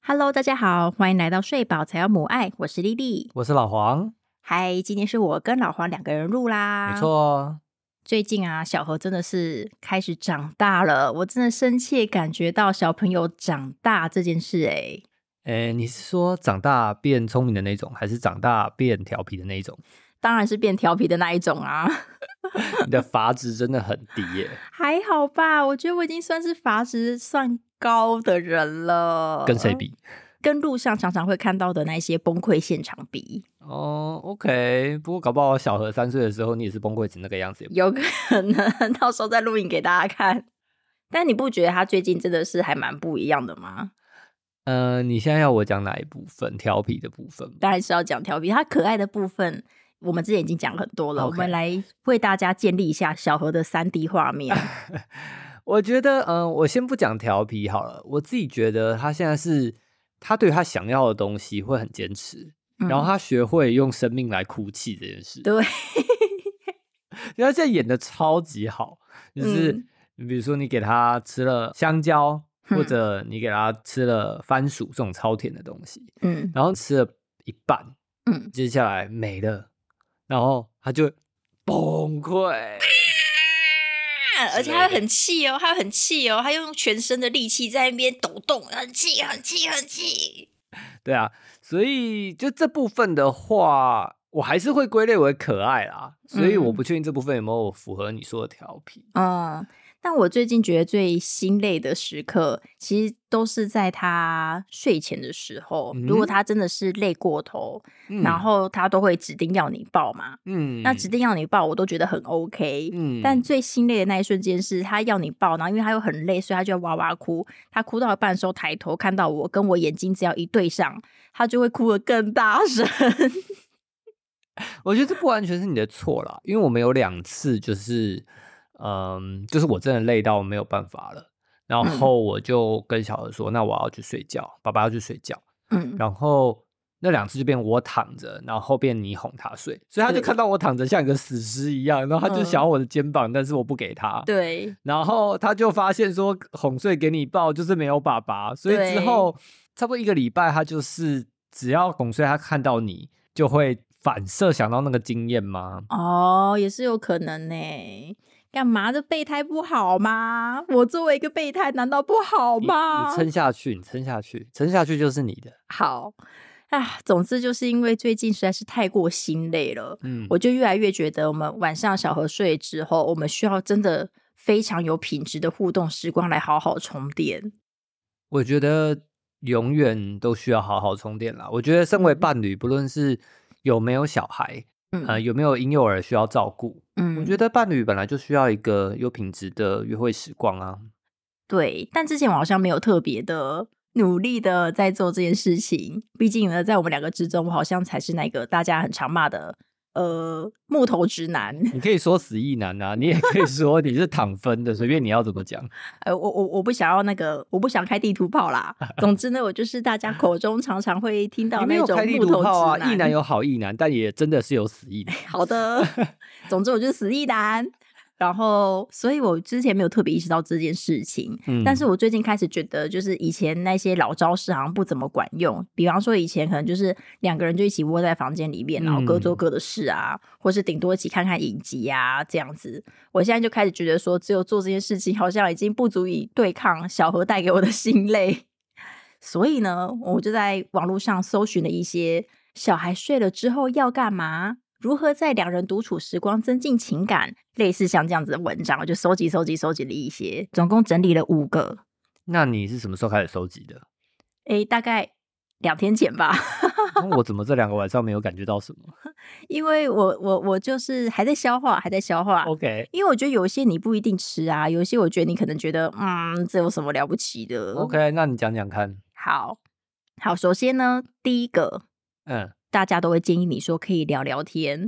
Hello，大家好，欢迎来到睡饱才要母爱，我是丽丽。我是老黄，嗨，今天是我跟老黄两个人录啦。没，错，哦最近啊，小何真的是开始长大了，我真的深切感觉到小朋友长大这件事、欸。诶，你是说长大变聪明的那种，还是长大变调皮的那种？ 当然是变调皮的那一种啊， 你的阀值真的很低 耶，还好吧？我觉得我已经算是阀值算高的人了。跟谁？比？跟路上常常会看到的那些崩溃现场比，哦，OK，不过搞不好小何三岁的时候，你也是崩溃成那个样子也不。有可能 到时候再录影给大家看。但你不觉得他最近真的是还蛮不一样的吗？ 呃，你现在要我讲哪一部分？调皮的部分吗？ 当然是要讲调皮，他可爱的部分，我们之前已经讲很多了。 OK 我们来为大家建立一下小何的三 D 画 面。我觉得，嗯、我先不讲调皮好了。我自己觉得他现在是，他对他想要的东西会很坚持，然后嗯、他学会用生命来哭泣这件事。 对，因为他现在演的超级好，就是、比如说你给他吃了香蕉，或嗯者你给他吃了番薯这种超甜的东西，嗯然后吃了一半，嗯，接下来没了，然后他就崩溃。啊而且他会很气哦，他会很气哦，他用全身的力气在那边抖动，很气，很气，很气。对啊，所以就这部分的话，我还是会归类为可爱啦。所以我嗯不确定这部分有没有符合你说的调皮。嗯，但我最近觉得最心累的时刻，其实都是在他睡前的时候。如果嗯他真的是累过头，嗯然，后他都会指定要你抱嘛。嗯那指定要你抱，我都觉得很 OK。嗯但最心累的那一瞬间是他要你抱，然后因为他又很累，所以他就哇哇哭。他哭到一半的时候，抬头看到我，跟我眼睛只要一对上，他就会哭得更大声。 我觉得这不完全是你的错啦，因为我们有两次就是，嗯，就是我真的累到没有办法了，然嗯后我就跟小何说，那我要去睡觉，爸爸要去睡觉，嗯，然后那两次就变我躺着，然后变你哄他睡，所以他就对看到我躺着像一个死尸一样，然后他就嗯想要我的肩膀，但是我不给他，对，然后他就发现说哄睡给你抱就是没有爸爸，所以之对后差不多一个礼拜，他就是只要哄睡，他看到你就会反射想到那个经验吗？哦，也是有可能呢、干嘛？这备胎不好吗？我作为一个备胎，难道不好你吗你？撑下去，你撑下去，撑下去就是你的。好啊，总之就是因为最近实在是太过心累了，嗯，我就越来越觉得，我们晚上小和睡之后，我们需要真的非常有品质的互动时光来好好充电。我觉得永远都需要好好充电啦。我觉得身为嗯伴侣，不论是有没有小孩，嗯呃，有没有婴幼儿需要照顾，嗯我觉得伴侣本来就需要一个有品质的约会时光啊。对。但之前我好像没有特别的努力的在做这件事情，毕竟呢，在我们两个之中，我好像才是那个大家很常骂的呃木头直男。你可以说死意男啊，你也可以说你是躺分的，随便你要怎么讲。呃，我我我不想要那个，我不想开地图炮 啦。总之呢，我就是大家口中常常会听到你没那有种开地木图头炮直啊，意男有好意男，但也真的是有死意男。好的，总之我就是死意男。然后，所以我之前没有特别意识到这件事情，嗯但是我最近开始觉得，就是以前那些老招式好像不怎么管用。比方说，以前可能就是两个人就一起窝在房间里面，然后各做各的事啊，或是顶多一起看看影集啊这样子。我现在就开始觉得说，只有做这件事情，好像已经不足以对抗小何带给我的心累。所以呢，我就在网络上搜寻了一些小孩睡了之后要干嘛，如何在两人独处时光增进情感，类似像这样子的文章，我就搜集、搜集、搜集了一些，总共整理了五个，那你是什么时候开始收集的？诶，大概两天前吧。 那我怎么这两个晚上没有感觉到什 么因为我我我就是还在消化，还在消啊化。 ？OK 因为我觉得有一些你不一定吃啊，有一些我觉得你可能觉得，嗯，这有什么了不起的 OK，那你讲讲看。好，好，首先呢，第一个嗯，大家都会建议你说可以聊聊天。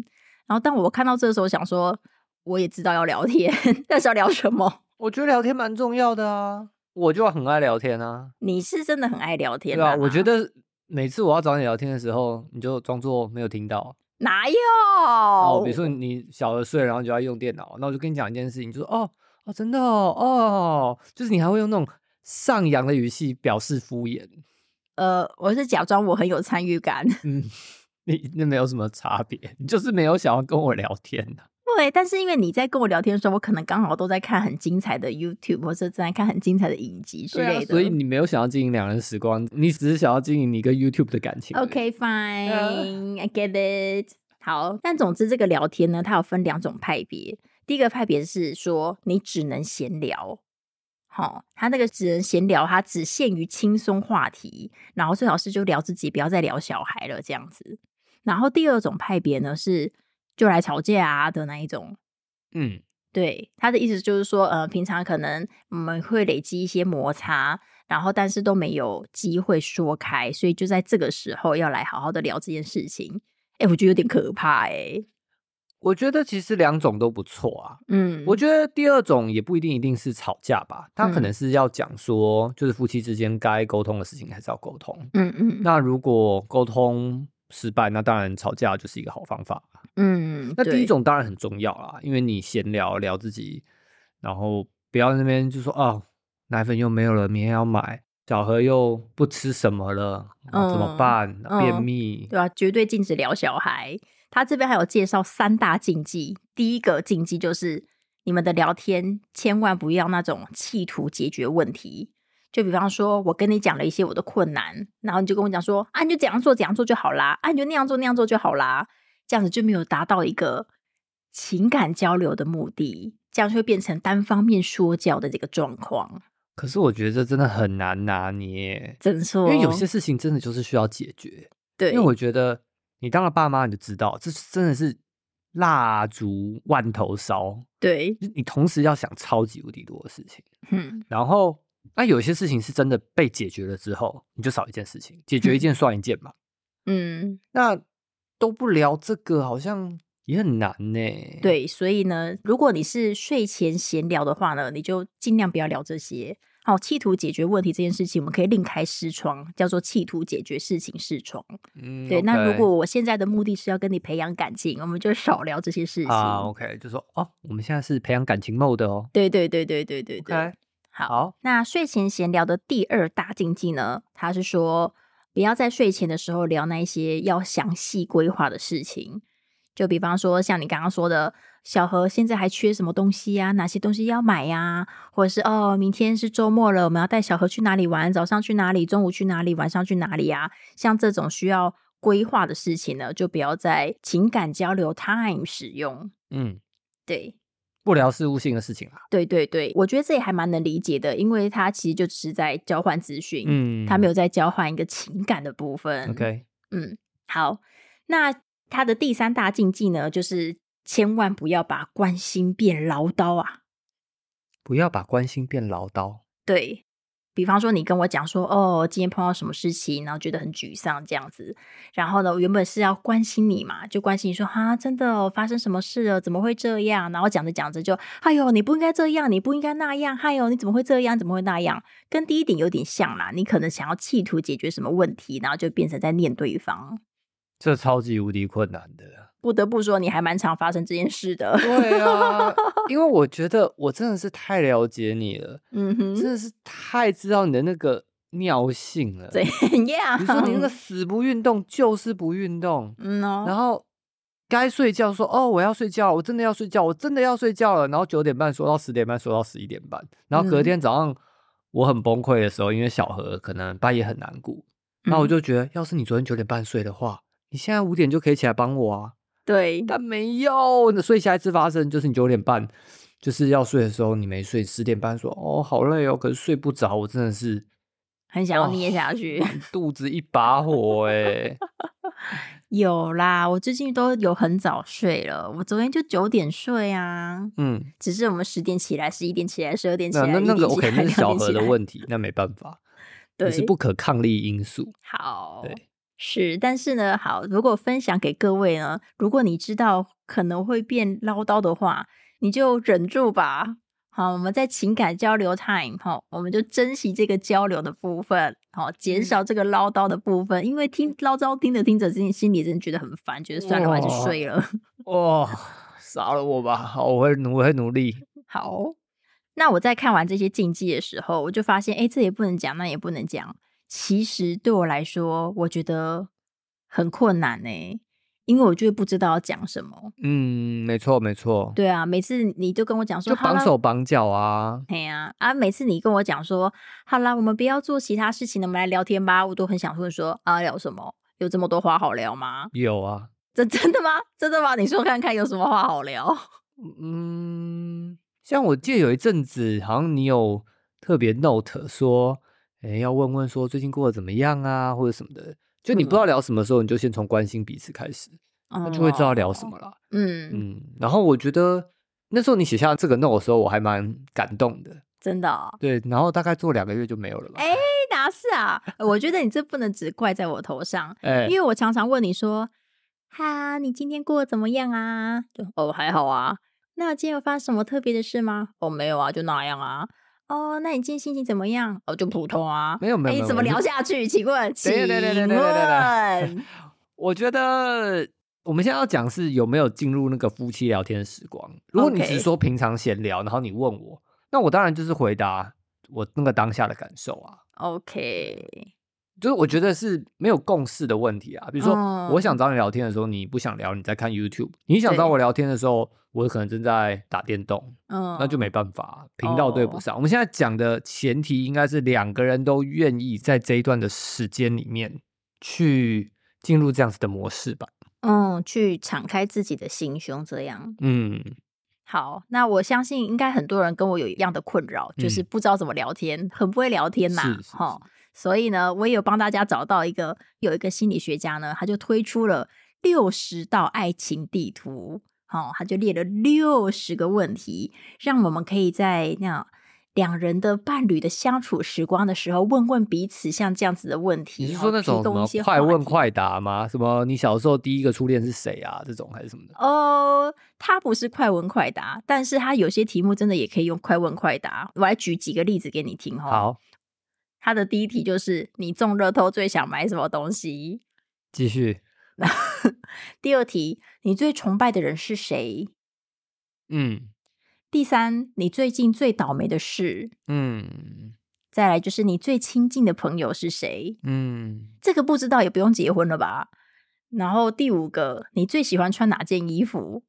然后当我看到这的时候，想说我也知道要聊天， 但是要聊什么？我觉得聊天蛮重要的啊，我就很爱聊天啊。你是真的很爱聊天对啊，我觉得得每次我要找你聊天的时候，你就装作没有听到。哪有？哦，比如说你小的睡了，然后就要用电脑，那我就跟你讲一件事情，就说哦哦，真的哦哦，就是你还会用那种上扬的语气表示敷衍。呃，我是假装我很有参与感。嗯，你那没有什么差别，你就是没有想要跟我聊天啊 对，但是因为你在跟我聊天的时候，我可能刚好都在看很精彩的 YouTube，或者正在看很精彩的影集之对类啊的。，所以你没有想要经营两人时光，你只是想要经营你跟 YouTube 的感情而已。 OK fine，I get it。好，但总之这个聊天呢，它有分两种派别。第一个派别是说你只能闲聊，好、他那个只能闲聊，他只限于轻松话题，然后最好是就聊自己，不要再聊小孩了这样子。然后第二种派别呢是就来吵架啊的那一种，嗯，对，他的意思就是说，呃，平常可能我们会累积一些摩擦，然后但是都没有机会说开，所以就在这个时候要来好好的聊这件事情。哎、我觉得有点可怕哎、我觉得其实两种都不错啊。嗯，我觉得第二种也不一定一定是吵架吧，他可嗯能是要讲说，就是夫妻之间该沟通的事情还是要沟通。嗯嗯那如果沟通失败，那当然吵架就是一个好方法。嗯，那第对一种当然很重要啦，因为你闲聊聊自己，然后不要那边就说哦，奶粉又没有了，明天要买，小何又不吃什么了，啊怎么嗯办？便嗯秘。对啊，绝对禁止聊小孩。他这边还有介绍三大禁忌，第一个禁忌就是你们的聊天千万不要那种企图解决问题。就比方说，我跟你讲了一些我的困难，然后你就跟我讲说，啊，你就怎样做怎样做就好啦，啊，你就那样做那样做就好啦，这样子就没有达到一个情感交流的目的，这样就会变成单方面说教的这个状况。可是我觉得这真的很难拿捏，怎因说？为有些事情真的就是需要解决。对，因为我觉得你当了爸妈，你就知道这真的是蜡烛万头烧，对，就你同时要想超级无敌多的事情。嗯然后，那有些事情是真的被解决了之后，你就少一件事情，解决一件算一件嘛。嗯，那都不聊这个，好像也很难呢、，对，所以呢，如果你是睡前闲聊的话呢，你就尽量不要聊这些。好，企图解决问题这件事情，我们可以另开视窗，叫做企图解决事情视窗。嗯，对，那如 OK 果我现在的目的是要跟你培养感情，我们就少聊这些事情。啊，OK，就说哦，我们现在是培养感情 mode 哦。对对对对对对对。 OK，好，好，那睡前闲聊的第二大禁忌呢，他是说不要在睡前的时候聊那一些要详细规划的事情，就比方说像你刚刚说的，小何现在还缺什么东西呀、哪些东西要买呀、或者是哦，明天是周末了，我们要带小何去哪里玩？早上去哪里？中午去哪里？晚上去哪里呀、像这种需要规划的事情呢，就不要在情感交流 time 使用。嗯，对，不聊事务性的事情啦。对对对，我觉得这也还蛮能理解的，因为他其实就只是在交换资讯，嗯，他没有在交换一个情感的部分。 OK，嗯，好，那他的第三大禁忌呢，就是千万不要把关心变唠叨啊。不要把关心变唠叨。对比方说，你跟我讲说，哦，今天碰到什么事情，然后觉得很沮丧这样子，然后呢，我原本是要关心你嘛，就关心你说，哈，真的、哦、发生什么事了，怎么会这样？然后讲着讲着就，哎呦，你不应该这样，你不应该那样，哎呦，你怎么会这样，怎么会那样？跟第一点有点像啦，你可能想要企图解决什么问题，然后就变成在念对方。这超级无敌困难的。 不得不说，你还蛮常发生这件事的。对啊，因为我觉得我真的是太了解你了，嗯真哼，的是太知道你的那个尿性了。 怎样？ 你说你那个死不运动就是不运动，嗯然哦，后该睡觉说哦我要睡觉了，我真的要睡觉，我真的要睡觉了。然后九点半说到十点半，说到十一点半，然后隔嗯天早上我很崩溃的时候，因为小何可能半夜很难过，那我嗯就觉得要是你昨天九点半睡的话，你现在五点就可以起来帮我啊。对，但没有，那所以下一次发生就是你九点半就是要睡的时候，你没睡，十点半说哦好累哦，可是睡不着，我真的是很想要哦捏下去。 满肚子一把火哎、有啦，我最近都有很早睡了，我昨天就九点睡啊， 嗯，只是我们十点起来、十一点起来、十二点起那来、那一那点个起 OK，那来、是两小点何起的来，问题，那没办法，你对，是不可抗力因素。好，对，是，但是呢，好，如果分享给各位呢，如果你知道可能会变唠叨的话，你就忍住吧。好，我们在情感交流 time 哈、我们就珍惜这个交流的部分，好、嗯减少这个唠叨的部分，因为听唠叨听着听着，心心里真的觉得很烦，觉得算了，我还是哇睡了。哦，杀了我吧！好，我会努，我会努力。好，那我在看完这些禁忌的时候，我就发现，哎，这也不能讲，那也不能讲。其实对我来说，我觉得很困难呢、欸因为我就会不知道要讲什么。嗯，没错没错，对啊，每次你就跟我讲说就好绑啦手绑脚啊，哎呀啊！每次你跟我讲说，好啦，我们不要做其他事情了，我们来聊天吧，我都很想问说啊，聊什么？有这么多话好聊吗？有啊，这 真的吗？真的吗？你说看看有什么话好聊？嗯，像我记得有一阵子，好像你有特别 note 说，哎，要问问说最近过得怎么样啊，或者什么的。就你不知嗯道聊什么时候，你就先从关心彼此开始，那就会知道聊什哦。么啦。嗯，嗯，然后我觉得那时候你写下这个 note 的时候，我还蛮感动的。真的、哦。对，然后大概做两个月就没有了吧。哎哎，哪是啊？我觉得你这不能只怪在我头 上，哎因为我常常问你说：“哈，你今天过得怎么样啊？”就哦，还好啊。那今天有发生什么特别的事吗？哦，没有啊，就那样啊。哦，那你今天心情怎么样？哦，就普通啊。没有没哎有没你有怎么我就聊下去？请问，请 对对对对对对对问， 我觉得我们现在要讲是有没有进入那个夫妻聊天时光。如果你 OK 只是说平常闲聊，然后你问我，那我当然就是回答我那个当下的感受啊。 OK，就是我觉得是没有共识的问题啊，比如说嗯我想找你聊天的时候，你不想聊，你在看 YouTube；你想找对我聊天的时候，我可能正在打电动，嗯，哦那就没办法啊，频道对不上。我们现在讲的前提应该是两个人都愿意在这一段的时间里面去进入这样子的模式吧。嗯，去敞开自己的心胸，这样嗯，好。那我相信应该很多人跟我有一样的困扰，就是嗯不知道怎么聊天，很不会聊天呐、是是哈。所以呢，我也有帮大家找到一个，有一个心理学家呢，他就推出了六十道爱情地图，哦，他就列了六十个问题，让我们可以在那样两人的伴侣的相处时光的时候，问问彼此像这样子的问题，你是哦说那提种什供一么些快话问题快答吗？什么你小时候第一个初恋是谁啊？这种还是什么的？哦，它不是快问快答，但是它有些题目真的也可以用快问快答。我来举几个例子给你听哦。，好，它的第一题就是你中乐透最想买什么东西？ 继续。第二题，你最崇拜的人是谁？嗯第三，你最近最倒霉的事。嗯再来就是你最亲近的朋友是谁？嗯，这个不知道也不用结婚了吧？然后第五个，你最喜欢穿哪件衣服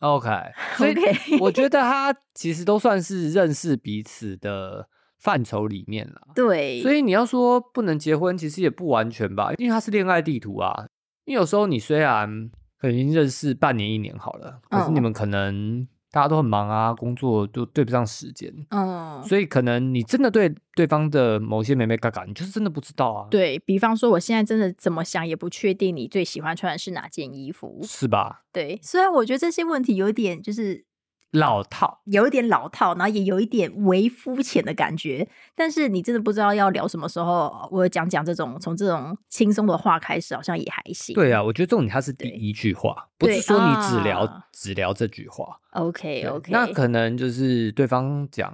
OK，所以 ？OK，我觉得他其实都算是认识彼此的范畴里面了。对，所以你要说不能结婚，其实也不完全吧，因为它是恋爱地图啊。因为有时候你虽然可能已经认识半年一年好了，可是你嗯们可能大家都很忙啊，工作就对不上时间，嗯，所以可能你真的对对方的某些美美嘎嘎，你就是真的不知道啊，，对比方说，我现在真的怎么想也不确定你最喜欢穿的是哪件衣服。是吧？对，虽然我觉得这些问题有点就是老套，有一点老套，然后也有一点为肤浅的感觉，但是你真的不知道要聊什么时候，我讲讲这种从这种轻松的话开始，好像也还行。对啊，我觉得重点它是第对一句话，不对是说你只聊、啊只聊这句话， ，OK 对 OK，那可能就是对方讲，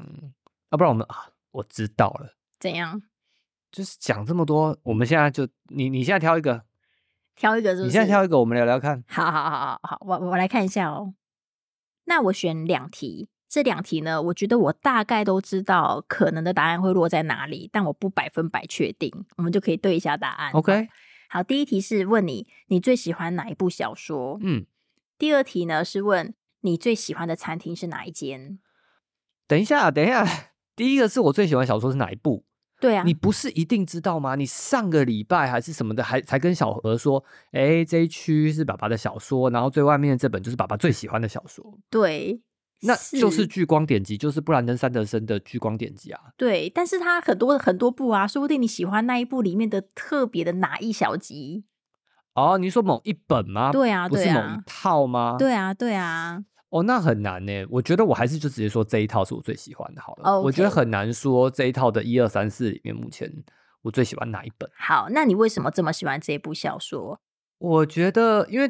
要、不然我们啊，我知道了。怎样？就是讲这么多，我们现在就你你现在挑一个，挑一个是不是？你现在挑一个，我们聊聊看。好好好好好，我我来看一下哦。那我选两题，这两题呢，我觉得我大概都知道可能的答案会落在哪里，但我不百分百确定，我们就可以对一下答案。 OK，好，第一题是问你你最喜欢哪一部小说？嗯，第二题呢是问你最喜欢的餐厅是哪一间？等一下，等一下，第一个是我最喜欢小说是哪一部？对啊，你不是一定知道吗？你上个礼拜还是什么的，还才跟小何说，哎、这一区是爸爸的小说，然后最外面的这本就是爸爸最喜欢的小说，对，那就是聚光典籍，就是布兰登·山德森的聚光典籍啊。对，但是它很多很多部啊，说不定你喜欢那一部里面的特别的哪一小集？哦，你说某一本吗？对啊，不对是某一啊，套吗？对啊，对啊。哦，那很难呢。我觉得我还是就直接说这一套是我最喜欢的好了。我觉得 OK 很难说这一套的一二三四里面，目前我最喜欢哪一本？好，那你为什么这么喜欢这部小说？我觉得，因为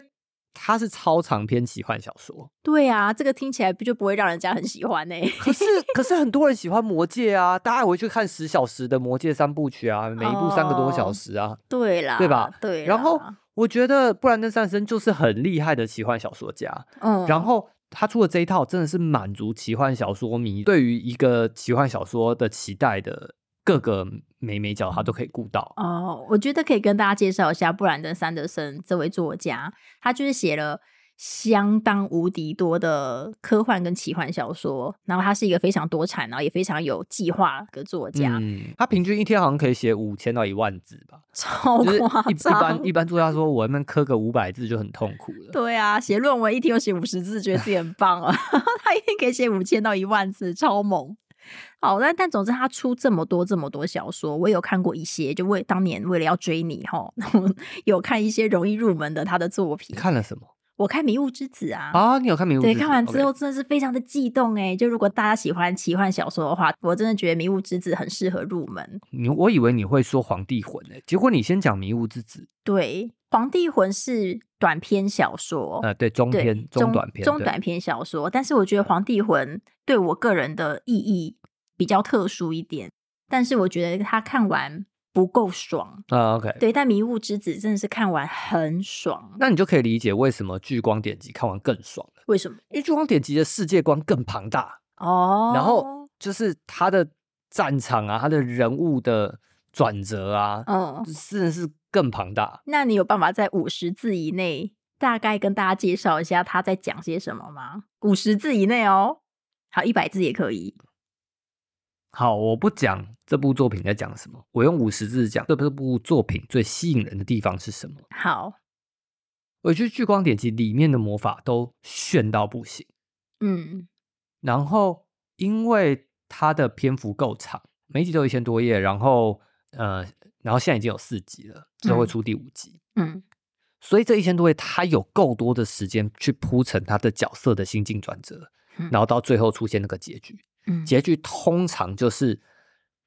它是超长篇奇幻小说，对啊，这个听起来不就不会让人家很喜欢呢、 可是可是很多人喜欢《魔戒》啊，大家回去看十小时的《魔戒》三部曲啊，每一部三个多小哦时啊。对啦，对啊吧？对啦。然后我觉得布兰登·善森就是很厉害的奇幻小说家，嗯，然后他出的这一套真的是满足奇幻小说迷对于一个奇幻小说的期待的各个眉眉角他都可以顾到。哦，我觉得可以跟大家介绍一下布兰登·桑德森这位作家，他就是写了相当无敌多的科幻跟奇幻小说，然后他是一个非常多产，然后也非常有计划的作家，嗯，他平均一天好像可以写五千到一万字吧，超就是夸一一张般。一般作家说我们磕个五百字就很痛苦了。对啊，写论文一天有写五十字，觉得自己很棒啊！ 他一天可以写五千到一万字，超猛。好，那但总之他出这么多这么多小说，我有看过一些，就为当年为了要追你哈，我有看一些容易入门的他的作品你。看了什么我看《迷雾之子》啊，啊？你有看《迷雾之对，子看完之后 OK 真的是非常的悸动哎、就如果大家喜欢奇幻小说的话，我真的觉得《迷雾之子》很适合入门。你我以为你会说《皇帝魂》呢，结果你先讲《迷雾之子》对，《皇帝魂》是短篇小说，呃，对，中对篇、中短篇、中对短篇小说，但是我觉得《皇帝魂》对我个人的意义比较特殊一点，但是我觉得他看完不够爽。啊，OK。对，但《迷雾之子》真的是看完很爽，那你就可以理解为什么聚光点击看完更爽了，为什么？因为聚光点击的世界观更庞大，哦，然后就是他的战场啊，他的人物的转折啊，嗯，真的是更庞大。那你有办法在五十字以内大概跟大家介绍一下他在讲些什么吗？五十字以内哦，好，一百字也可以。好，我不讲这部作品在讲什么，我用五十字讲这部作品最吸引人的地方是什么。好，我觉得聚光点击里面的魔法都炫到不行，嗯然后因为它的篇幅够长，每一集都一千多页，然后呃，然后现在已经有四集了，之后嗯会出第五集。嗯所以这一千多页，他有够多的时间去铺陈他的角色的心境转折嗯，然后到最后出现那个结局。嗯，结局通常就是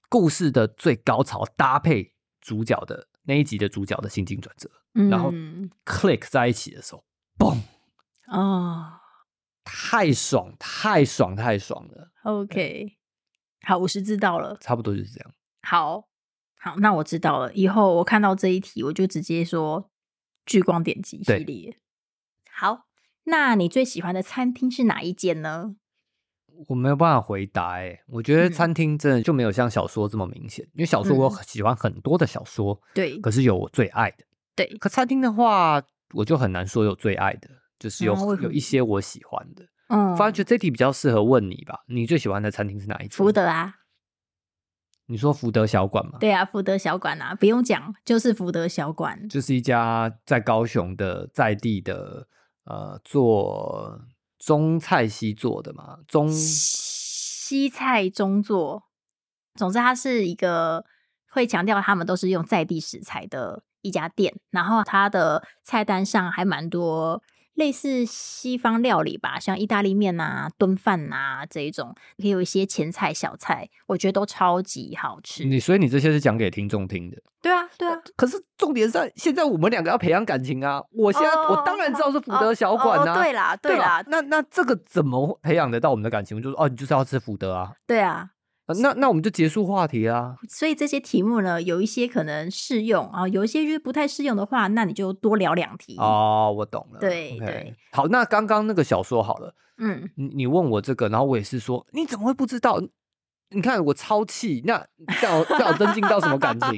故事的最高潮搭配主角的那一集的主角的心境转折然后嗯，click 在一起的时候，嘣，哦太爽，太爽，太爽了， ，OK，好，五十字到了。差不多就是这样。好好，那我知道了。以后我看到这一题，我就直接说聚光点击系对列。好，那你最喜欢的餐厅是哪一间呢？我没有办法回答、欸，我觉得嗯餐厅真的就没有像小说这么明显，因为小说我嗯喜欢很多的小说，对可是有我最爱的。对，可餐厅的话，我就很难说有最爱的，就是有、啊为什么有一些我喜欢的。嗯，发觉这题比较适合问你吧，你最喜欢的餐厅是哪一间？福，德啊，你说福德小馆吗？，对啊，福德小馆啊，不用讲，就是福德小馆。就是一家在高雄的在地的，呃，做中菜西做的嘛，中西菜中作，总之它是一个会强调他们都是用在地食材的一家店，然后它的菜单上还蛮多类似西方料理吧，像意大利面啊、炖饭啊这一种，也有一些前菜、小菜，我觉得都超级好吃。你所以你这些是讲给听众听的。对啊，对啊，可是重点在现在我们两个要培养感情啊！我现在、哦我当然知道是福德小馆啊，哦哦对啦，对啦吧，那那这个怎么会培养得到我们的感情？就是哦，你就是要吃福德啊，对啊，啊那那我们就结束话题啊。所以这些题目呢，有一些可能适用啊，有一些就是不太适用的话，那你就多聊两题。哦，我懂嗯了。对 OK 对。好，那刚刚那个小说好了，嗯，你你问我这个，然后我也是说，你怎么会不知道？你看我超气，那这样我这样我增进到什么感 情？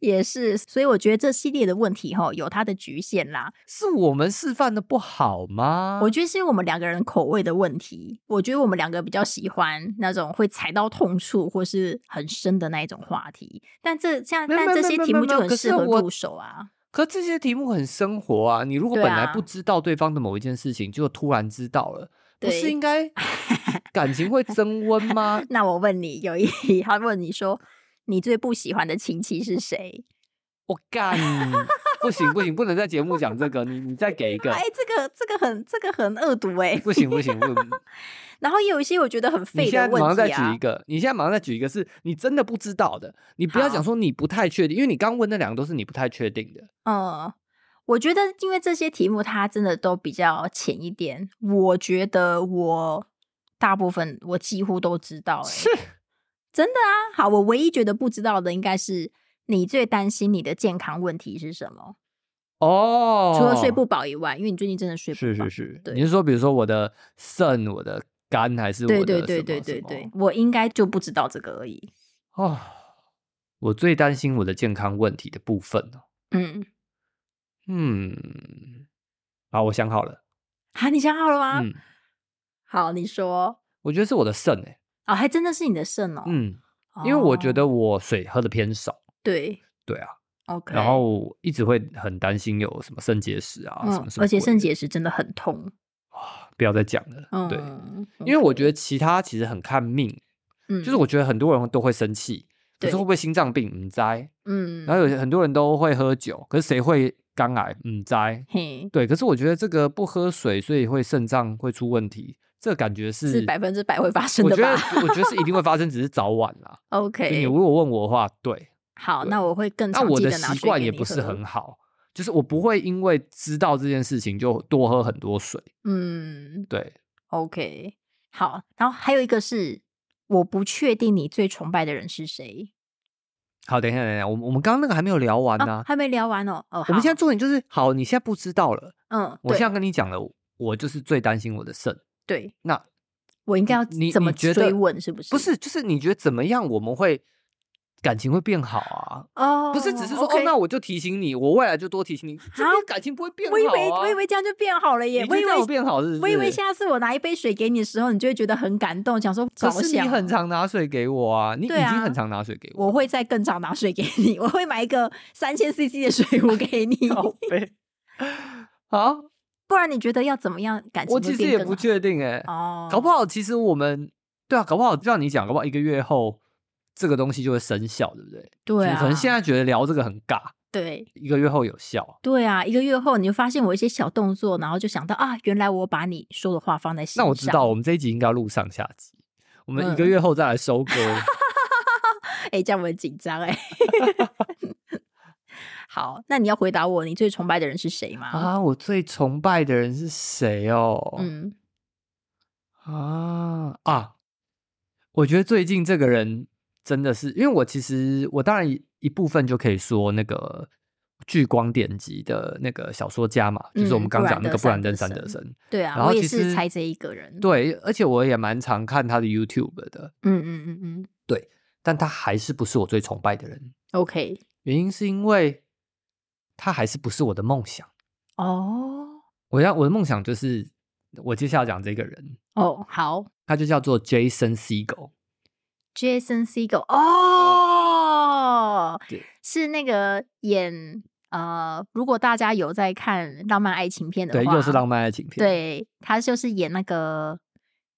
也是，所以我觉得这系列的问题哈、有它的局限啦。是我们示范的不好吗？我觉得是因为我们两个人口味的问题，我觉得我们两个比较喜欢那种会踩到痛处或是很深的那一种话题。但这像没有但没有这些没有题没目有就没有很可是适合我入手啊。可这些题目很生活啊！你如果对本来啊不知道对方的某一件事情，就突然知道了，不是对应该 感情会增温吗？那我问你，有一题他问你说，你最不喜欢的亲戚是谁？我干，不行不行，不能在节目讲这个，你你再给一个哎，，这个这个很这个很恶毒哎、啊不行不行不行，然后也有一些我觉得很你 废现的在马上问再题举一啊。个，你现在马上再举一个是你真的不知道的，你不要好讲说你不太确定，因为你刚问那两个都是你不太确定的。嗯，我觉得因为这些题目它真的都比较浅一点，我觉得我大部分我几乎都知道、欸。是真的啊，好，我唯一觉得不知道的应该是你最担心你的健康问题是什么？ 哦，除了睡不饱以外，因为你最近真的睡不是饱。是是，对你是说比如说我的肾、我的肝还是我对的对对什么对对什么对，我应该就不知道这个而已。哦，我最担心我的健康问题的部分哦。嗯，嗯，好，我想好了。啊，你想好了吗？嗯，好，你说。我觉得是我的肾诶、哦，还真的是你的肾哦。嗯，因为我觉哦得我水喝的偏少。对对啊， ，OK。然后一直会很担心有什么肾结石啊，什嗯么什，么。而且肾结石真的很痛。不要再讲了。嗯，对， OK，因为我觉得其他其实很看命，嗯，就是我觉得很多人都会生气，可对是会不会心脏病？嗯，灾。嗯，然后有些很多人都会喝酒，可是谁会肝癌？嗯，灾。嘿对，可是我觉得这个不喝水，所以会肾脏会出问题，这感觉是是百分之百会发生我的觉得吧我觉得是一定会发生，只是早晚 啦。所以你？OK，如果问我的话，对，好，对那我会更那常我记的得拿习水惯给也你不是喝很好，就是我不会因为知道这件事情就多喝很多水。嗯对， ，OK，好，然后还有一个是我不确定你最崇拜的人是谁好，等一下，等一下，我们我们刚刚那个还没有聊完呢、啊，还没聊完哦，哦，我们现在好重点就是，好，你现在不知道了，嗯，我现在对跟你讲了，我就是最担心我的肾。对，那我应该要你怎么你觉追得问是不是？不是，就是你觉得怎么样我们会感情会变好啊？哦，不是，只是说 OK 哦，那我就提醒你，我未来就多提醒你，这啊个感情不会变好、啊。我以为我以为这样就变好了耶，你我觉以得为我变好是不是我以为下次我拿一杯水给你的时候，你就会觉得很感动，想说着可是你想很啊常拿水给我啊，你已对经啊很常拿水给我。我会再更常拿水给你，我会买一个三千 CC 的水哎壶给你。 靠背啊，不然你觉得要怎么样感情我会其实变也更不好确定哎、哦，搞不好其实我们对啊，搞不好就像你讲，搞不好一个月后这个东西就会生效，对不对？对啊，可能现在觉得聊这个很尬，对一个月后有效。对啊，一个月后你就发现我一些小动作，然后就想到啊，原来我把你说的话放在心上。那我知道，我们这一集应该要录上下集，我们一个嗯月后再来 收割。哎、这样我很紧张 哎。好，那你要回答我，你最崇拜的人是谁吗？啊，我最崇拜的人是谁哦？嗯，啊啊！我觉得最近这个人真的是，因为我其实我当然一一部分就可以说那个聚光典籍的那个小说家嘛，就是我嗯们布刚兰讲那德个布桑兰德登·山德森森。对啊，然后我也其是实猜这一个人。，对，而且我也蛮常看他的 YouTube 的，嗯嗯嗯嗯但他还是不是我最崇拜的人。 ，OK，原因是因为他还是不是我的梦想。哦我要我的梦想就是我接下来讲这个人，哦，好，他就叫做 Jason Segel。 Jason Segel 哦对，是那个演呃，如果大家有在看浪漫爱情片的对，话，啊又是浪，漫爱情片。，对他就是演那个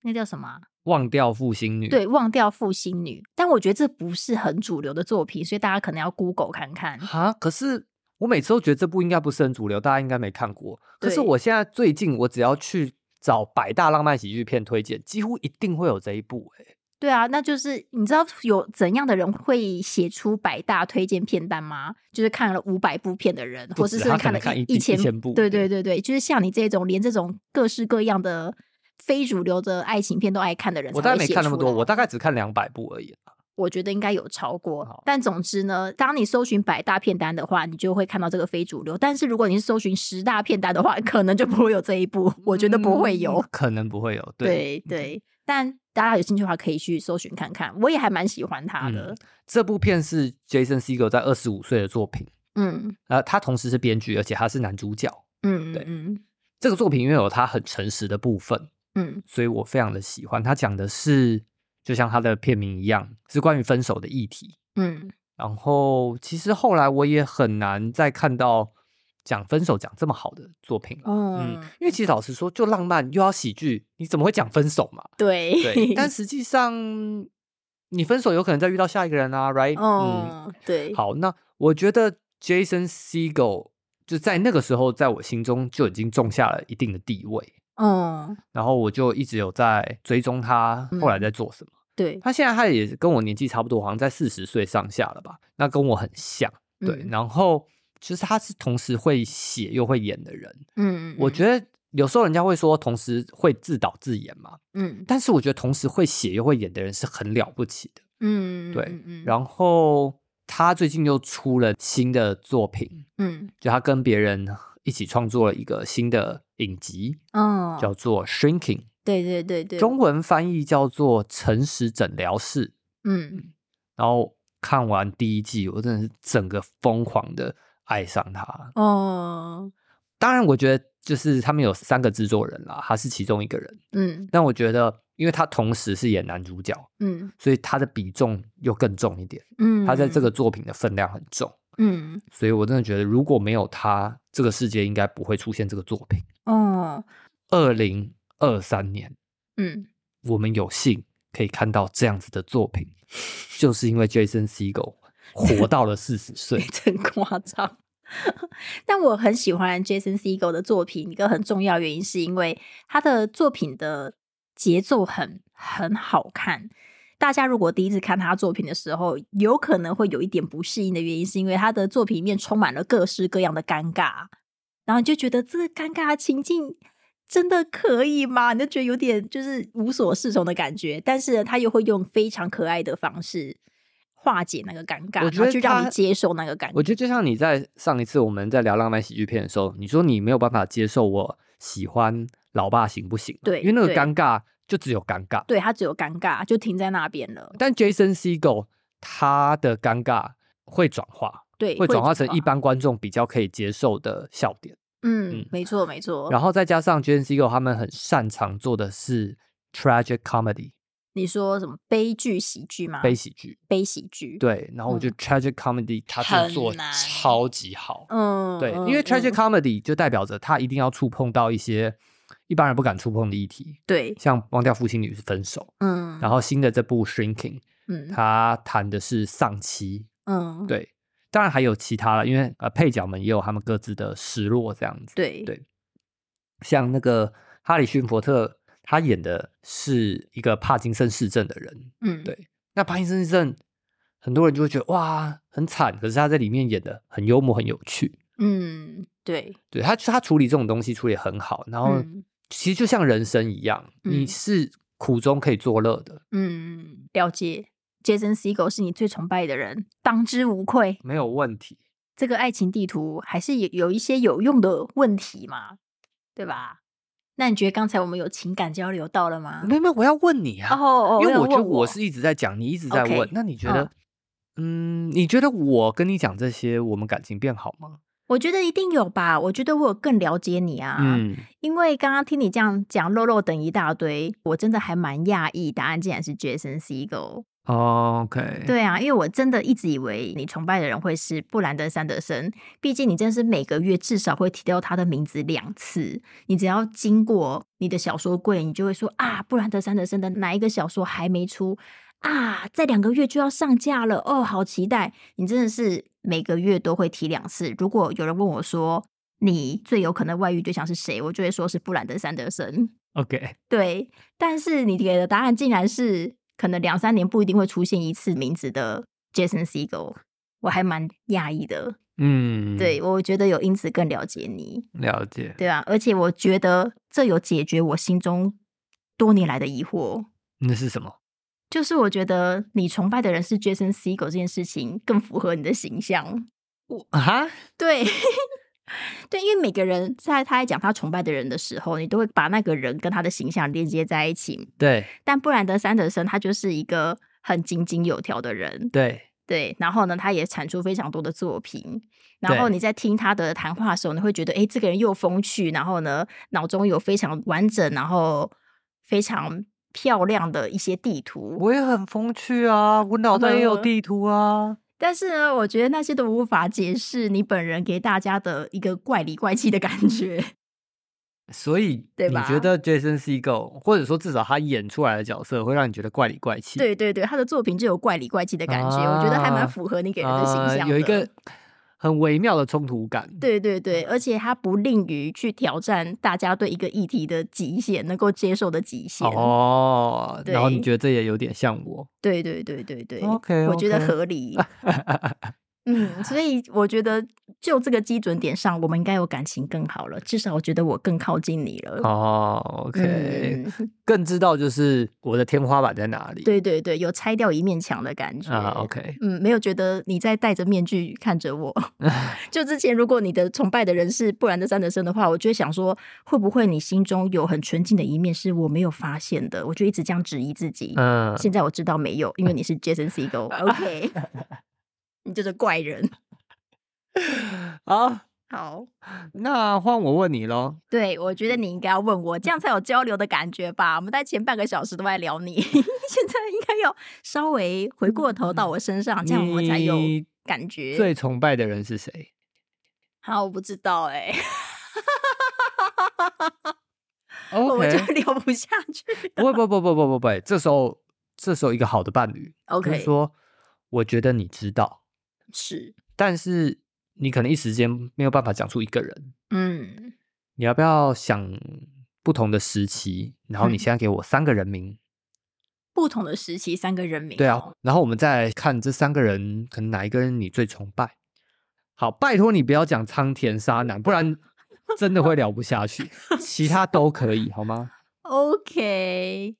那叫什么啊、忘掉负心女。对，忘掉负心女，但我觉得这不是很主流的作品，所以大家可能要 Google 看看。哈，可是我每次都觉得这部应该不是很主流，大家应该没看过。可是对我现在最近，我只要去找百大浪漫喜剧片推荐，几乎一定会有这一部、欸。对啊，那就是你知道有怎样的人会写出百大推荐片单吗？就是看了五百部片的人，不或是止甚他至可看了能看一一一千千部对对对对对，就是像你这种连这种各式各样的非主流的爱情片都爱看的人，我大概没看那么多，我啊大概只看两百部而已。我觉得应该有超过好。但总之呢，当你搜寻百大片单的话，你就会看到这个非主流。但是如果你是搜寻十大片单的话，可能就不会有这一部，我觉得不会有。嗯可能不 会有。对对，但大家有兴趣的话可以去搜寻看看，我也还蛮喜欢他的。这部片是 Jason Segel 在二十五岁的作品，嗯呃，他同时是编剧，而且他是男主角。嗯对嗯这个作品因为有他很诚实的部分，嗯所以我非常的喜欢。他讲的是，就像他的片名一样，是关于分手的议题。嗯然后其实后来我也很难再看到讲分手讲这么好的作品了。嗯嗯，，因为其实老实说，就浪漫又要喜剧，你怎么会讲分手嘛？对对，但实际上你分手有可能再遇到下一个人啊，right？嗯，嗯对，好，那我觉得 Jason Segel 就在那个时候，在我心中就已经种下了一定的地位，嗯然后我就一直有在追踪他后来嗯在做什么。对，他现在他也跟我年纪差不多，好像在四十岁上下了吧？那跟我很像，对。嗯然后其实他是同时会写又会演的人，嗯，我觉得得有时候人家会说同时会自导自演嘛，嗯但是我觉得同时会写又会演的人是很了不起的。嗯对嗯嗯，后然后他最近又出了新的作品，嗯就他跟别人一起创作了一个新的影集，嗯，叫做《Shrinking 对对对》，对，中文翻译叫做《诚实诊疗室》。嗯然然后看完第一季，我真的是整个疯狂的爱上他。哦，当然，我觉得就是他们有三个制作人啦，他是其中一个人。嗯但我觉得，因为他同时是演男主角，嗯所以他的比重又更重一点，嗯，他在这个作品的分量很重。嗯所以我真的觉得，如果没有他，这个世界应该不会出现这个作品。哦二零二三年，嗯。我们有幸可以看到这样子的作品，就是因为 Jason Segel 活到了四十岁 真夸张。但我很喜欢 Jason Segel 的作品，一个很重要原因是因为他的作品的节奏很很好看。大家如果第一次看他作品的时候，有可能会有一点不适应的原因，是因为他的作品里面充满了各式各样的尴尬，然后你就觉得这个尴尬的情境真的可以吗？你就觉得有点就是无所适从的感觉，但是呢他又会用非常可爱的方式化解那个尴尬，我然觉后得去让你他接受那个感觉。我觉得就像你在上一次我们在聊浪漫喜剧片的时候，你说你没有办法接受我喜欢老爸行不行嘛？啊对因为那个对尴尬就只有尴尬。对他只有尴尬，就停在那边了。但 Jason Segel 他的尴尬会转化，对，会转化成一，般观众比较可以接受的笑点。嗯嗯，没错，没错。然后后再加上 Jason Segel 他们很擅长做的是 tragic comedy 你说什么悲剧喜剧吗？悲喜剧，悲喜剧，，对。然后我觉得 tragic comedy 他真的嗯很做难超级好，嗯，对，嗯因为 tragic 嗯 comedy 就代表着他一定要触碰到一些一般人不敢触碰的议题，对，像忘掉父亲女是分手，嗯，然后后新的这部 Shrinking 嗯他谈的是丧妻，嗯，对。当然还有其他了，因为呃配角们也有他们各自的失落这样子。对对像那个哈里逊·福特，他演的是一个帕金森氏症的人。嗯对那帕金森氏症，很多人就会觉得哇很惨，可是他在里面演的很幽默、很有趣。嗯对，对他，他处理这种东西处理得很好。然后、嗯其实就像人生一样，你嗯是苦中可以作乐的，嗯，了解。Jason Segel 是你最崇拜的人，当之无愧。没有问题。这个爱情地图还是有有一些有用的问题嘛，对吧？那你觉得刚才我们有情感交流到了吗？没有没有，我要问你哦啊，哦，因为要啊我觉得问我是一直在讲，你一直在 OK，问。那你觉得，嗯，你觉得我跟你讲这些，我们感情变好吗？我觉得一定有吧，我觉得我有更了解你啊，嗯，因为刚刚听你这样讲肉肉等一大堆，我真的还蛮讶异，答案竟然是 Jason Segel。哦 OK，，对啊，因为我真的一直以为你崇拜的人会是布兰登·山德森，毕竟你真是每个月至少会提到他的名字两次。你只要经过你的小说柜，你就会说啊，布兰登·山德森的哪一个小说还没出啊？在两个月就要上架了哦，好期待！你真的是每个月都会提两次。如果有人问我说你最有可能外遇对象是谁，我就会说是布兰登·山德森。 OK，对，但是你给的答案竟然是可能两三年不一定会出现一次名字的 Jason Segel，我还蛮讶异的。嗯，对，，我觉得有因此更了解你，了解，对啊，而且我觉得这有解决我心中多年来的疑惑，那是什么？就是我觉得你崇拜的人是 Jason Segel 这件事情更符合你的形象。我啊，对， 对，因为每个人在他在讲他崇拜的人的时候，你都会把那个人跟他的形象连接在一起嘛 对但布兰德·山德森他就是一个很井井有条的人，对，对。然后呢，他也产出非常多的作品。然对后你在听他的谈话的时候，你会觉得，诶，这个人又风趣，然后呢，脑中有非常完整，然后非常漂亮的一些地图。我也很风趣啊，我脑袋也有地图啊，但是呢，我觉得那些都无法解释你本人给大家的一个怪里怪气的感 觉。所以对你吧觉得 Jason Segel，或者说至少他演出来的角色，会让你觉得怪里怪气？对对对，他的作品就有怪里怪气的感觉，我觉得还啊蛮符合你给人的形啊象的。有一个很微妙的冲突感。对对嗯对，而且它不吝于去挑战大家对一个议题的极限，能够接受的极限。哦，然后你对觉得这也有点像我，对对对对对 OK，我觉得 OK 合理。嗯，所以我觉得就这个基准点上，我们应该有感情更好了。至少我觉得我更靠近你了。哦，OK，、嗯，更知道就是我的天花板在哪里。对对对，有拆掉一面墙的感觉。啊，OK，嗯，没有觉得你在戴着面具看着 我。就之前，如果你的崇拜的人是布兰德·山德森的话，我就会想说，会不会你心中有很纯净的一面是我没有发现的？我就一直这样质疑自己。嗯，现在我知道没有，因为你是 Jason Segel。OK，你就是怪人。好，好，那换我问你喽。对我觉得你应该要问我，这样才有交流的感觉吧。我们在前半个小时都在聊你， 现在应该要稍微回过头到我身上，这样我们才有你感觉。最崇拜的人是谁？好，我不知道哎、我 OK，们就聊不下去。不会，不不不不不不会，这时候这时候一个好的伴侣就是 OK，说，我觉得你知道，是，但是你可能一时间没有办法讲出一个人，嗯，你要不要想不同的时期？然后你嗯 现在给我三个人名，不同的时期三个人名、对啊，，然后我们再来看这三个人，可能哪一个人你最崇拜？好，拜托你不要讲苍田 沙男，不然真的会聊不下去。其他都可以，好吗？ OK，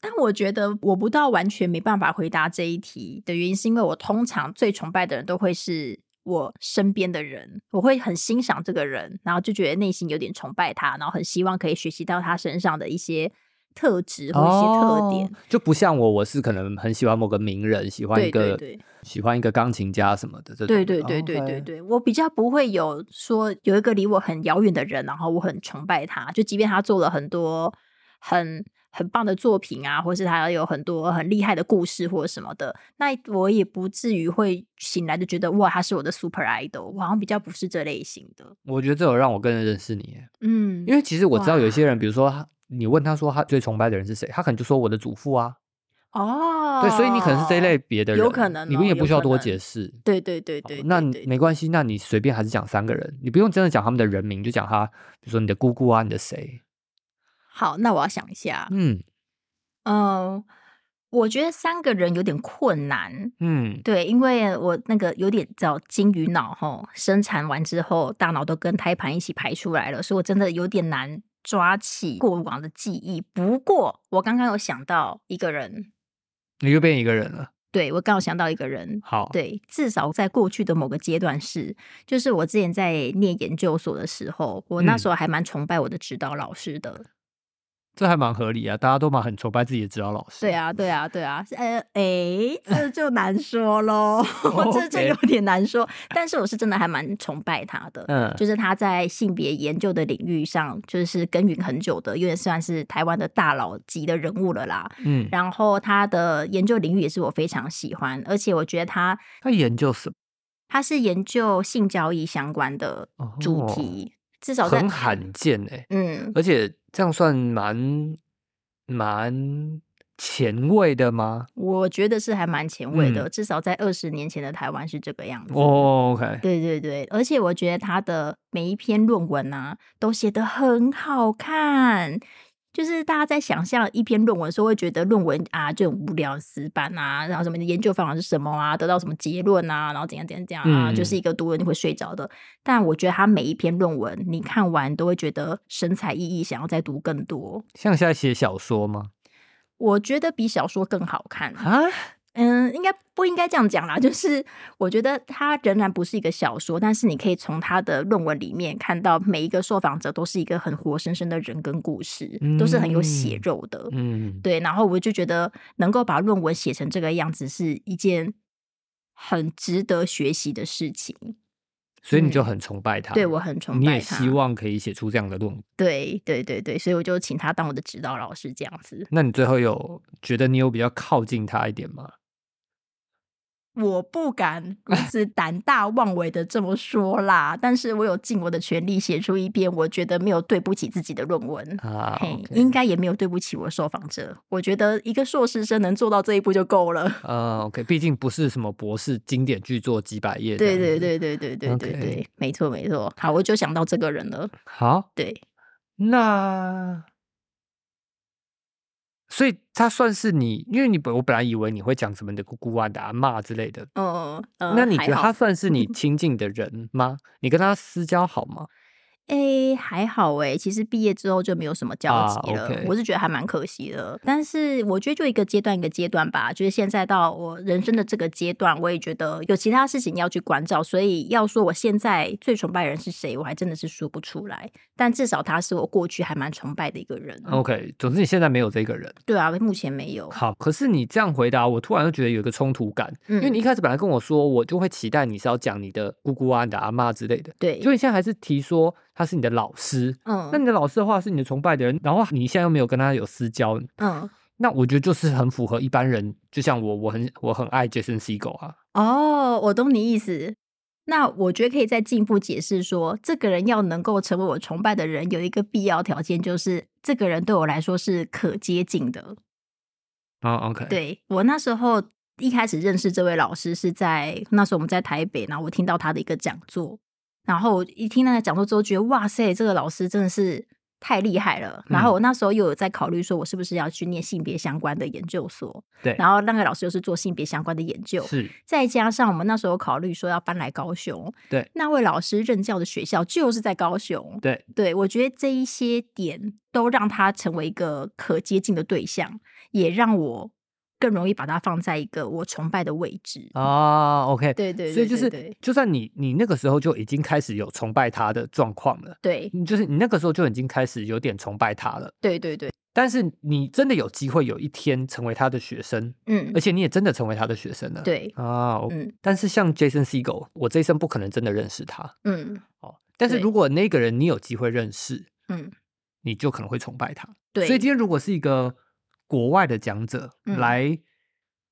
但我觉得我不到完全没办法回答这一题的原因，是因为我通常最崇拜的人都会是我身边的人，我会很欣赏这个人，然后就觉得内心有点崇拜他，然后很希望可以学习到他身上的一些特质或一些特点。哦就不像我，我是可能很喜欢某个名人，喜欢一对个对对喜欢一个钢琴家什么的这种对的。对对对对 OK 对，我比较不会有说有一个离我很遥远的人，然后我很崇拜他，就即便他做了很多很很棒的作品啊，或是他有很多很厉害的故事或什么的，那我也不至于会醒来就觉得哇，他是我的 super idol，我好像比较不是这类型的。我觉得这有让我更认识你耶，嗯，因为其实我知道有一些人，比如说他，你问他说他最崇拜的人是谁，他可能就说我的祖父啊。哦，对，所以你可能是这一类。别的人，有可能你哦们也有不需要可多能解释。对对对好对，那对你对没关系，那你随便还是讲三个人，你不用真的讲他们的人名，就讲他，比如说你的姑姑啊，你的谁，好，那我要想一下。嗯嗯，我觉得三个人有点困难。嗯，对，因为我那个有点叫金鱼脑吼，生产完之后大脑都跟胎盘一起排出来了，所以我真的有点难抓起过往的记忆。不过我刚刚有想到一个人，你就变一个人了。对我刚好想到一个人，好，，对，至少在过去的某个阶段是，就是我之前在念研究所的时候，我那嗯时候还蛮崇拜我的指导老师的。这还蛮合理啊，大家都蛮很崇拜自己的指导老师。对，啊，对啊，对啊，呃，诶，这就难说喽， 这就有点难说。但是我是真的还蛮崇拜他的，嗯，就是他在性别研究的领域上，就是耕耘很久的，因为算是台湾的大佬级的人物了啦。嗯，然后他的研究领域也是我非常喜欢，而且我觉得他他研究什他是研究性交易相关的么主哦题，至少在很罕见哎、嗯，而且这样算蛮蛮前卫的吗？我觉得是还蛮前卫的，嗯至少在二十年前的台湾是这个样子。哦，OK，对对对，而且我觉得他的每一篇论文啊，都写得很好看。就是大家在想象一篇论文的时候，会觉得论文啊就很无聊、死板啊，然后什么你的研究方法是什么啊，得到什么结论啊，然后怎样怎样怎样啊，嗯就是一个读了你会睡着的。但我觉得他每一篇论文，你看完都会觉得神采奕奕，想要再读更多。像现在写小说吗？我觉得比小说更好看。啊，嗯，应该不应该这样讲啦？就是我觉得它仍然不是一个小说，但是你可以从他的论文里面看到，每一个受访者都是一个很活生生的人跟故事，都是很有血嗯肉的。嗯，对，然后我就觉得能够把论文写成这个样子是一件很值得学习的事情。所以你就嗯很崇拜他，对我很崇你拜也他，希望可以写出这样的论文。对对对对，所以我就请他当我的指导老师这样子。那你最后有觉得你有比较靠近他一点吗？我不敢如 此胆大妄为的这么说啦，但是我有尽我的全力写出一篇我觉得没有对不起自己的论文。啊嘿， ，OK，应该也没有对不起我受访者。我觉得一个硕士生能做到这一步就够了。呃，OK，毕竟不是什么博士经典巨作几百页。对对，对对对对对 OK 对，没错没错。好，我就想到这个人了。好，对，那所以它算是你，因为你本我本来以为你会讲什么你的姑姑啊、你的阿妈之类的，嗯，呃那你还觉得好他算 是你亲近的人吗？你跟他私交好吗？诶，还好诶，其实毕业之后就没有什么交啊集了， ，OK 我是觉得还蛮可惜的。但是我觉得就一个阶段一个阶段吧，就是现在到我人生的这个阶段，我也觉得有其他事情要去关照，所以要说我现在最崇拜的人是谁，我还真的是说不出来。但至少他是我过去还蛮崇拜的一个人。 OK，总之你现在没有这个人。对啊，目前没有。哦好，可是你这样回答，我突然就觉得有一个冲突感，因为嗯你一开始本来跟我说，我就会期待你是要讲你的姑姑啊、你的阿妈之类的，对，就你现在还是提说他是你的老师。嗯那你的老师的话是你的崇拜的人，然后你现在又没有跟他有私交，嗯那我觉得就是很符合一般人。就像我，我很我很爱 Jason Segel 啊，哦，我懂你意思。那我觉得可以再进一步解释说，这个人要能够成为我崇拜的人，有一个必要条件，就是这个人对我来说是可接近的。啊、o k，对我那时候一开始认识这位老师是在那时候我们在台北，然后我听到他的一个讲座，然后我一听那个讲座之后，觉得哇塞，这个老师真的是太厉害了。然后我那时候又有在考虑说，我是不是要去念性别相关的研究所？对然后那个老师又是做性别相关的研究，是，再加上我们那时候考虑说要搬来高雄，对，那位老师任教的学校就是在高雄，对，对我觉得这一些点都让他成为一个可接近的对象，也让我更容易把他放在一个我崇拜的位置。啊，OK，对对对，所以就对是对，就算你你那个时候就已经开始有崇拜他的状况了，对你就是你那个时候就已经开始有点崇拜他了。对对对，但是你真的有机会有一天成为他的学生，嗯而，且你也真的成为他的学生了。对，啊，哦嗯但是像 Jason Segel，我这一生不可能真的认识他嗯哦。但是对如果那个人你有机会认识，嗯，你就可能会崇拜他。对，所以今天如果是一个国外的讲者、嗯来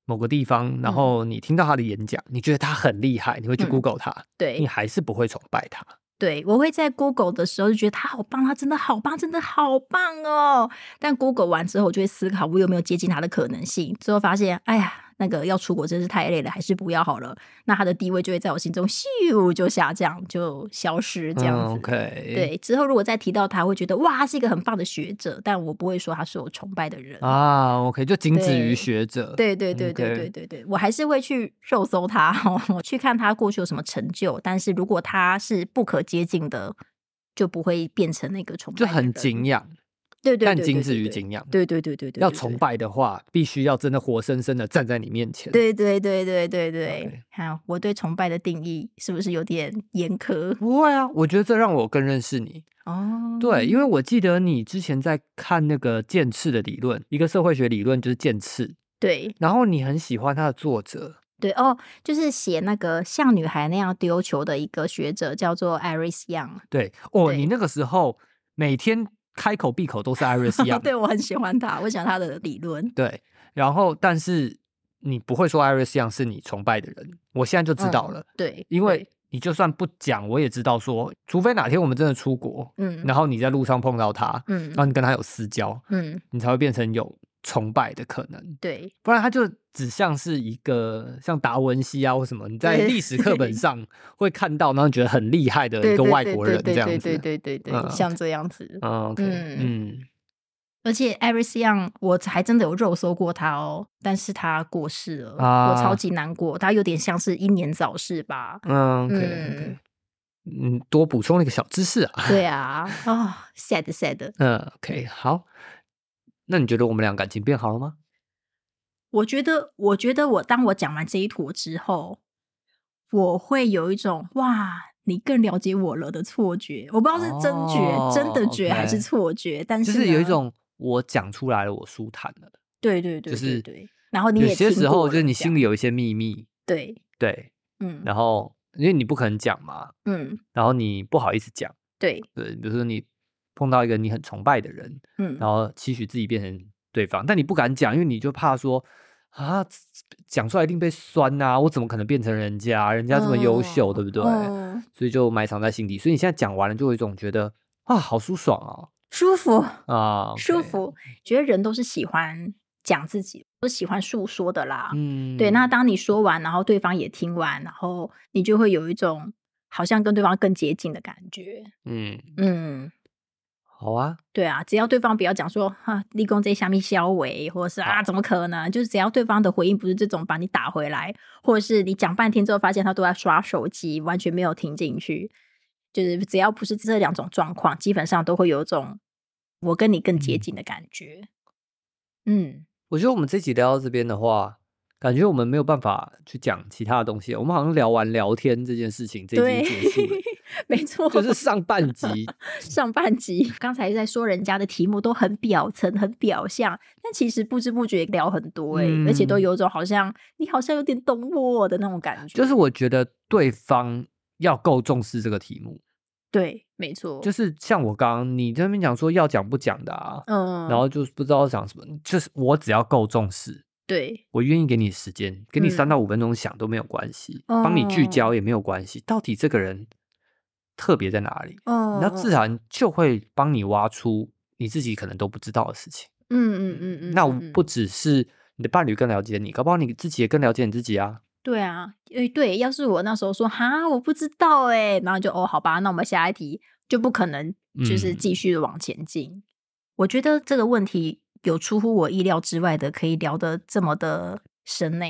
某个地方，然嗯后你听到他的演讲，你觉得他很厉害，你会去嗯 Google 他，对你还是不会崇拜他。对，我会在 Google 的时候就觉得他好棒，他真的好棒，真的好棒哦。但 Google 完之后，我就会思考我有没有接近他的可能性。最后发现，哎呀，那个要出国真是太累了，还是不要好了。那他的地位就会在我心中咻就下降，就消失这样子。嗯、，OK，，对，之后如果再提到他，会觉得哇，他是一个很棒的学者，但我不会说他是我崇拜的人。啊，OK，就仅止于对学者。对对对对 OK 对对对，我还是会去肉搜他， 我去看他过去有什么成就。但是如果他是不可接近的，就不会变成那个崇拜，就很敬，仰，对对对，但对仅止于，对敬仰。对对对对对，要对崇，拜的话，必须要真的活生生的站在你面前。，对对对对对对 OK。好，我对崇拜的定义是不是有点严苛？不会啊，我觉得这让我更认识你。哦，对，因为为我记得你之前在看那个剑刺的理论，一个社会学理论就是剑刺，对然后你很喜欢他的作者，对哦，就是写那个像女孩那样丢球的一个学者叫做 Iris Young，对，哦，对你那个时候每天开口闭口 都是 Iris Young，对我很喜欢她，我喜欢她的理论。对，然后但是你不会说 Iris Young 是你崇拜的人，我现在就知道嗯了，对，因对为你就算不讲，我也知道说，除非哪天我们真的出国，嗯然后你在路上碰到他，嗯然后你跟他有私交，嗯，你才会变成有崇拜的可能，对不然他就只像是一个像达文西啊或什么，你在对历史课本上会看到，然后觉得很厉害的对，一个对呃外对国对人这对样对子。对对对对，嗯像这样子。嗯，OK，嗯嗯而且艾瑞斯 Young，我还真的有肉搜过他哦，但是他过世了，啊我超级难过。他有点像是英年早逝吧？嗯，OK，, o k 嗯，多补充了一个小知识啊。对啊，哦，sad sad。嗯，OK，好。那你觉得我们俩感情变好了吗？我觉得，我觉得我当我讲完这一坨之后，我会有一种哇，你更了解我了的错觉。我不知道是真觉、哦真的觉还是 OK 错觉，但就是是有一呢种我讲出来了，我舒坦了。对对对，就对是对。然后你有也些听时候过就是了你这心样里有一些秘密，对，对，嗯然后因为你不可能讲嘛，嗯，然后你不好意思讲，对，对，比如说你碰到一个你很崇拜的人，嗯然后期许自己变成对方，但你不敢讲，因为你就怕说啊，讲出来一定被酸呐、啊我怎么可能变成人家？人家这么优秀，哦对不对？哦所以就埋藏在心底。所以你现在讲完了，就有一种觉得啊，好舒爽哦。舒服啊，舒 OK，服，觉得人都是喜欢讲自己，都喜欢诉说的啦。嗯，啊对，那当你说完，然后对方也听完，然后你就会有一种好像跟对方更接近的感觉。嗯，嗯，好啊，对啊，只要对方不要讲说哈立功在下面消委，或者是啊怎么可能？就是只要对方的回应不是这种把你打回来，或者是你讲半天之后发现他都在刷手机，完全没有听进去，就是只要不是这两种状况，基本上都会有一种我跟你更接近的感觉。嗯， 我觉得我们这集聊到这边的话，感觉我们没有办法去讲其他的东西了。我们好像聊完聊天这件事情，这已对 经结束了，没错，就是上半集上半集 刚才在说人家的题目都很表层、很表象，但其实不知不觉聊很多哎、欸嗯而且都有种好像你好像有点懂我的那种感觉。就是我觉得对方要够重视这个题目，对，没错，就是是像我刚刚你这边讲说要讲不讲的啊，嗯，然后就是不知道讲什么，就是我只要够重视，对我愿意给你时间，给你三嗯哦到五分钟想都没有关系，帮你聚焦也没有关系。到底这个人特别在哪里？哦，那自然就会帮你挖出你自己可能都不知道的事情。嗯嗯嗯嗯，那嗯嗯不只是你的伴侣更了解你，搞不好你自己也更了解你自己啊。对啊，诶，对，要是我那时候说哈，我不知道哎、然后就哦，好吧，那我们下一题就不可能，就是嗯继续往前进。我觉得这个问题有出乎我意料之外的，可以聊得这么的深呢、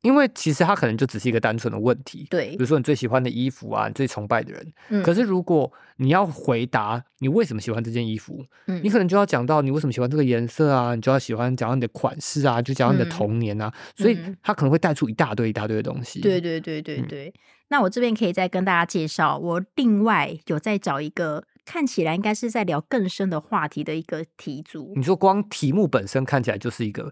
因为其实他可能就只是一个单纯的问题，比对如，说你最喜欢的衣服啊，你最崇拜的人。嗯，可是如果你要回答你为什么喜欢这件衣服，嗯你可能就要讲到你为什么喜欢这个颜色啊，你就要喜欢讲到你的款式啊，就讲到你嗯的童年啊，所以嗯他可能会带出一大堆一大堆的东西。对，对对对嗯对。那我这边可以再跟大家介绍，我另外有在找一个看起来应该是在聊更深的话题的一个题组，你说光题目本身看起来就是一个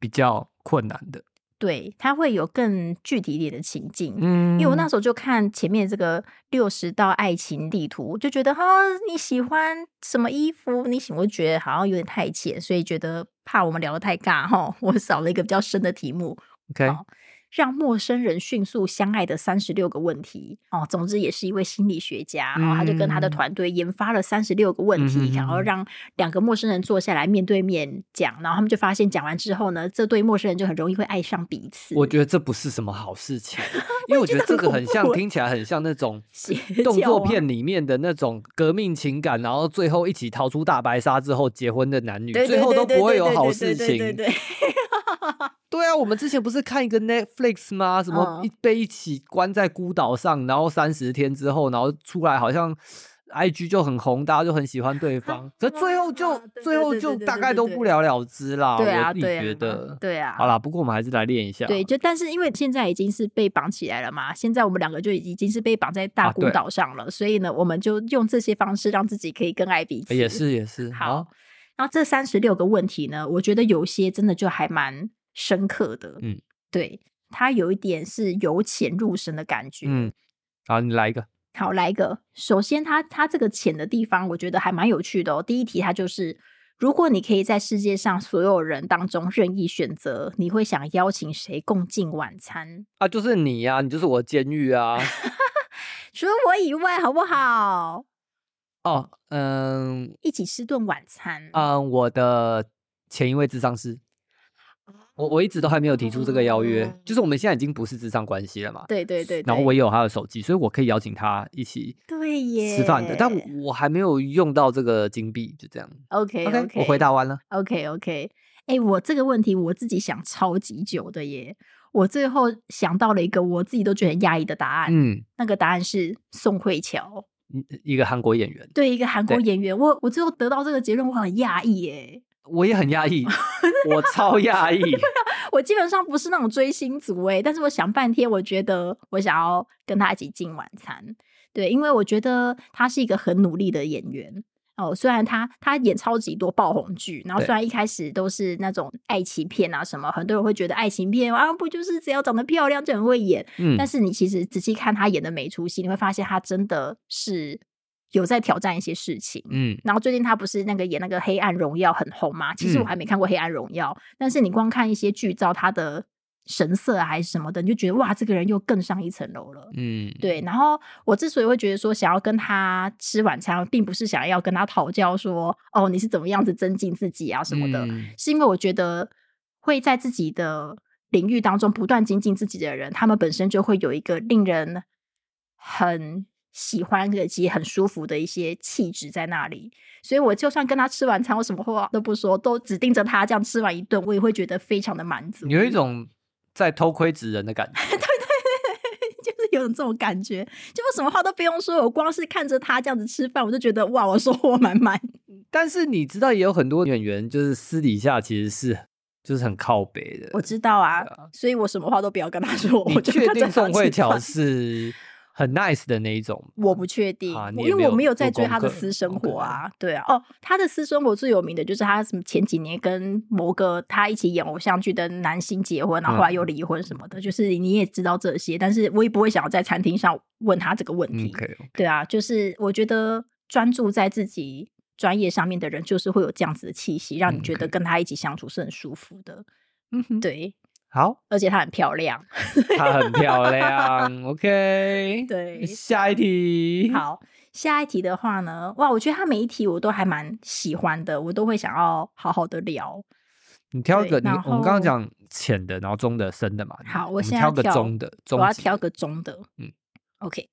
比较困难的，对，它会有更具体一点的情境。嗯，因为我那时候就看前面这个六十道爱情地图，就觉得哈、你喜欢什么衣服，你喜欢，我就觉得好像有点太浅，所以觉得怕我们聊得太尬哈、我少了一个比较深的题目， OK，好让陌生人迅速相爱的三十六个问题哦。总之也是一位心理学家，然后他就跟他的嗯团队研发了三十六个问题，然后嗯让两个陌生人坐下来面对面讲，然后他们就发现讲完之后呢，这对陌生人就很容易会爱上彼此。我觉得这不是什么好事情， 因为我觉得这个很我也觉得很像，恐怖听起来很像那 种邪动教作啊片里面的那种革命情感，然后最后一起逃出大白鲨之后结婚的男女，对最对后对都对不会对有对好对事对对情。对对，对啊，我们之前不是看一个 Netflix 吗？什么嗯一被一起关在孤岛上，然后三十天之后，然后出来好像 IG 就很红，大家就很喜欢 对方，可最后就、啊对最后对对就对对大概对都对不了了之啦。对啊，我自己对啊觉得。对啊，好啦，不过我们还是来练一下。啊对，就但是因为现在已经是被绑起来了嘛，现在我们两个就已经是被绑在大啊孤对岛上了，所以呢，我们就用这些方式让自己可以更爱彼此。也。是也是。好好，然后这三十六个问题呢，我觉得有些真的就还蛮深刻的。嗯，对，它有一点是由浅入深的感觉。嗯，好，你来一个。好，来一个。首先它，它这个浅的地方，我觉得还蛮有趣的哦。第一题，它就是如果你可以在世界上所有人当中任意选择，你会想邀请谁共进晚餐？啊，就是你呀、你就是我的监狱啊。除了我以外，好不好？哦，嗯一起吃顿晚餐。嗯，我的前一位智商师，我我一直都还没有提出这个邀约，就是我们现在已经不是智商关系了嘛。哦对对对对，然后我也有他的手机，所以我可以邀请他一起对耶，吃饭的，但我我还没有用到这个金币，就这样。 OK OK，我回答完了。 OK OK，哎、我这个问题我自己想超级久的耶，我最后想到了一个我自己都觉得很压抑的答案，嗯，那个答案是宋慧乔，一个韩国演员，对一个韩国对演员，我我最后得到这个结论，我很压抑耶，我也很压抑，我超 压抑。我基本上不是那种追星族哎，但是我想半天，我觉得我想要跟他一起进晚餐，对，因为我觉得他是一个很努力的演员。哦，虽然他他演超级多爆红剧，然后对虽然一开始都是那种爱情片啊什么，很多人会觉得爱情片啊不就是只要长得漂亮就很会演，嗯但，是你其实仔细看他演的每一出戏，你会发现他真的是有在挑战一些事情。嗯，然后最近他不是那个演那个《黑暗荣耀》很红吗？其实我嗯还没看过《黑暗荣耀》但是你光看一些剧照，他的神色啊还是什么的，你就觉得哇，这个人又更上一层楼了。嗯，对，然后我之所以会觉得说想要跟他吃晚餐，并不是想要跟他讨教说哦你是怎么样子增进自己啊什么的，嗯是因为我觉得会在自己的领域当中不断精进自己的人，他们本身就会有一个令人很喜欢以及很舒服的一些气质在那里，所以我就算跟他吃晚餐，我什么话都不说，都只盯着他这样吃完一顿，我也会觉得非常的满足。有一种在偷窥纸人的感觉。 就是有种这种感觉，就我什么话都不用说，我光是看着他这样子吃饭，我就觉得哇，我收获满满。呃但是你知道，也有很多演员就是私底下其实是就是很靠北的。我知道啊，所以我什么话都不要跟他说。我就确看着定他宋慧吃乔饭是很 nice 的那一种吗？我不确定，啊你我也因没为我有没有做在追功他的课私生，OK 活啊。对啊，哦，他的私生活最有名的就是他什么前几年跟某个他一起演偶像剧的男星结婚，然后后嗯来又离婚什么的。就是你也知道这些，但是我也不会想要在餐厅上问他这个问嗯题。 ，OK，对啊，就是我觉得专注在自己专业上面的人，就是会有这样子的气息，让你嗯觉得，OK 跟他一起相处是很舒服的。嗯哼，对，好，而且她很漂亮。她很 漂亮，OK，对下一题，，好，下一题的话呢，哇，我觉得他每一题我都还蛮喜欢的，我都会想要好好的聊。你挑一个，对你然我们刚刚后讲浅的，然后中的、深的嘛，好我们现在挑个挑中的，中我要级挑的，个中的，嗯，OK。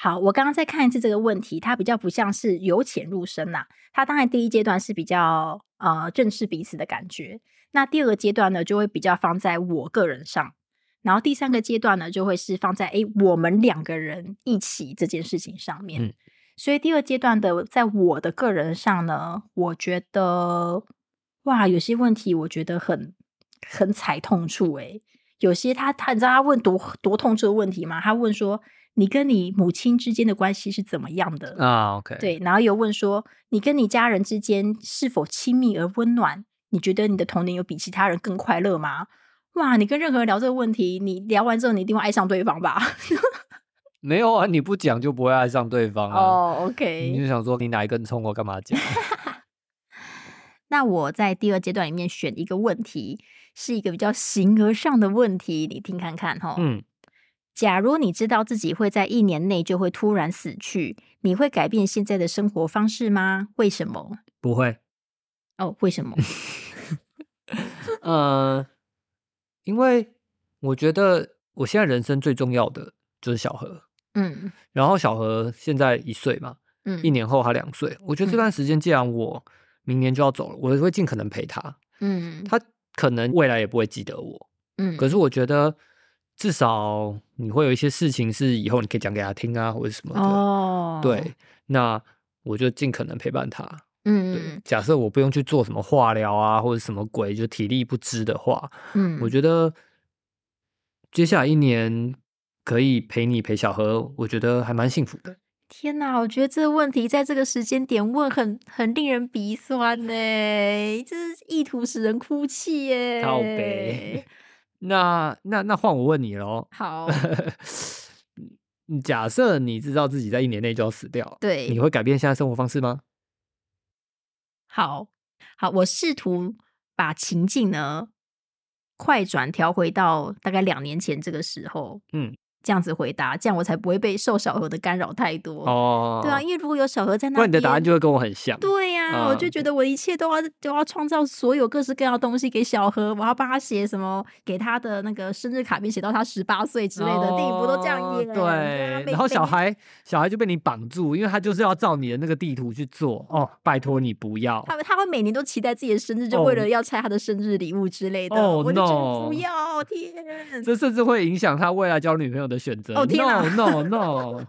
好，我刚刚再看一次这个问题，它比较不像是由浅入深啦、它当然第一阶段是比较呃正视彼此的感觉，那第二个阶段呢就会比较放在我个人上，然后第三个阶段呢就会是放在诶我们两个人一起这件事情上面。嗯所以第二阶段的在我的个人上呢，我觉得哇，有些问题我觉得很很踩痛处诶、有些他他你知道他问多多痛这个问题吗？他问说你跟你母亲之间的关系是怎么样的？啊，OK，，对，然后有问说你跟你家人之间是否亲密而温暖？你觉得你的童年有比其他人更快乐吗？哇，你跟任何人聊这个问题，你聊完之后你一定会爱上对方吧？没有啊，你不讲就不会爱上对方 啊，哦，OK、o 你 k 就想说你哪一根葱，我干 嘛讲？那我在第二阶段里面选一个问题，是一个比较形而上的问题，你听看看哈。嗯，假如你知道自己会在一年内就会突然死去，你会改变现在的生活方式吗？为什么？不会，哦，为什么？ 呃，因为我觉得我现在人生最重要的就是小何，嗯然后小何现在一岁嘛，嗯一年后他两岁，我觉得这嗯段时间既然我明年就要走了，我会尽可能陪他，嗯他可能未来也不会记得我，嗯，可是是我觉得至少你会有一些事情是以后你可以讲给他听啊，或者什么的，哦，对，那我就尽可能陪伴他，对嗯，假设我不用去做什么化疗啊，或者什么鬼，就体力不支的话，嗯，我觉得接下来一年可以陪你陪小何，我觉得还蛮幸福的。天哪，我觉得这个问题在这个时间点问很很令人鼻酸呢，这是意图使人哭泣耶。靠 北。那那那换我问你喽，好，啊 嗯假设你知道自己在一年内就要死掉，对你会改变现在生活方式吗？好，好，我试图把情境呢快转调回到大概两年前这个时候，嗯，这样子回答，这样我才不会被受小何的干扰太多。哦，对啊，，因为如果有小何在那不然你的答案边就会跟我很像。对呀、我就嗯觉得我一切都要都要创造所有各式各样的东西给小何，我要帮他写什么，给他的那个生日卡片写到他十八岁之类的，电影不都这样哦演？啊对，每然后小每孩小孩就被你绑住，因为他就是要照你的那个地图去做。哦，拜托你不要。他他会每年都期待自己的生日，就哦为了要拆他的生日礼物之类的。哦我就觉得 no 不要，天！这甚至会影响他未来交女朋友的选择。 哦天哪 no no no，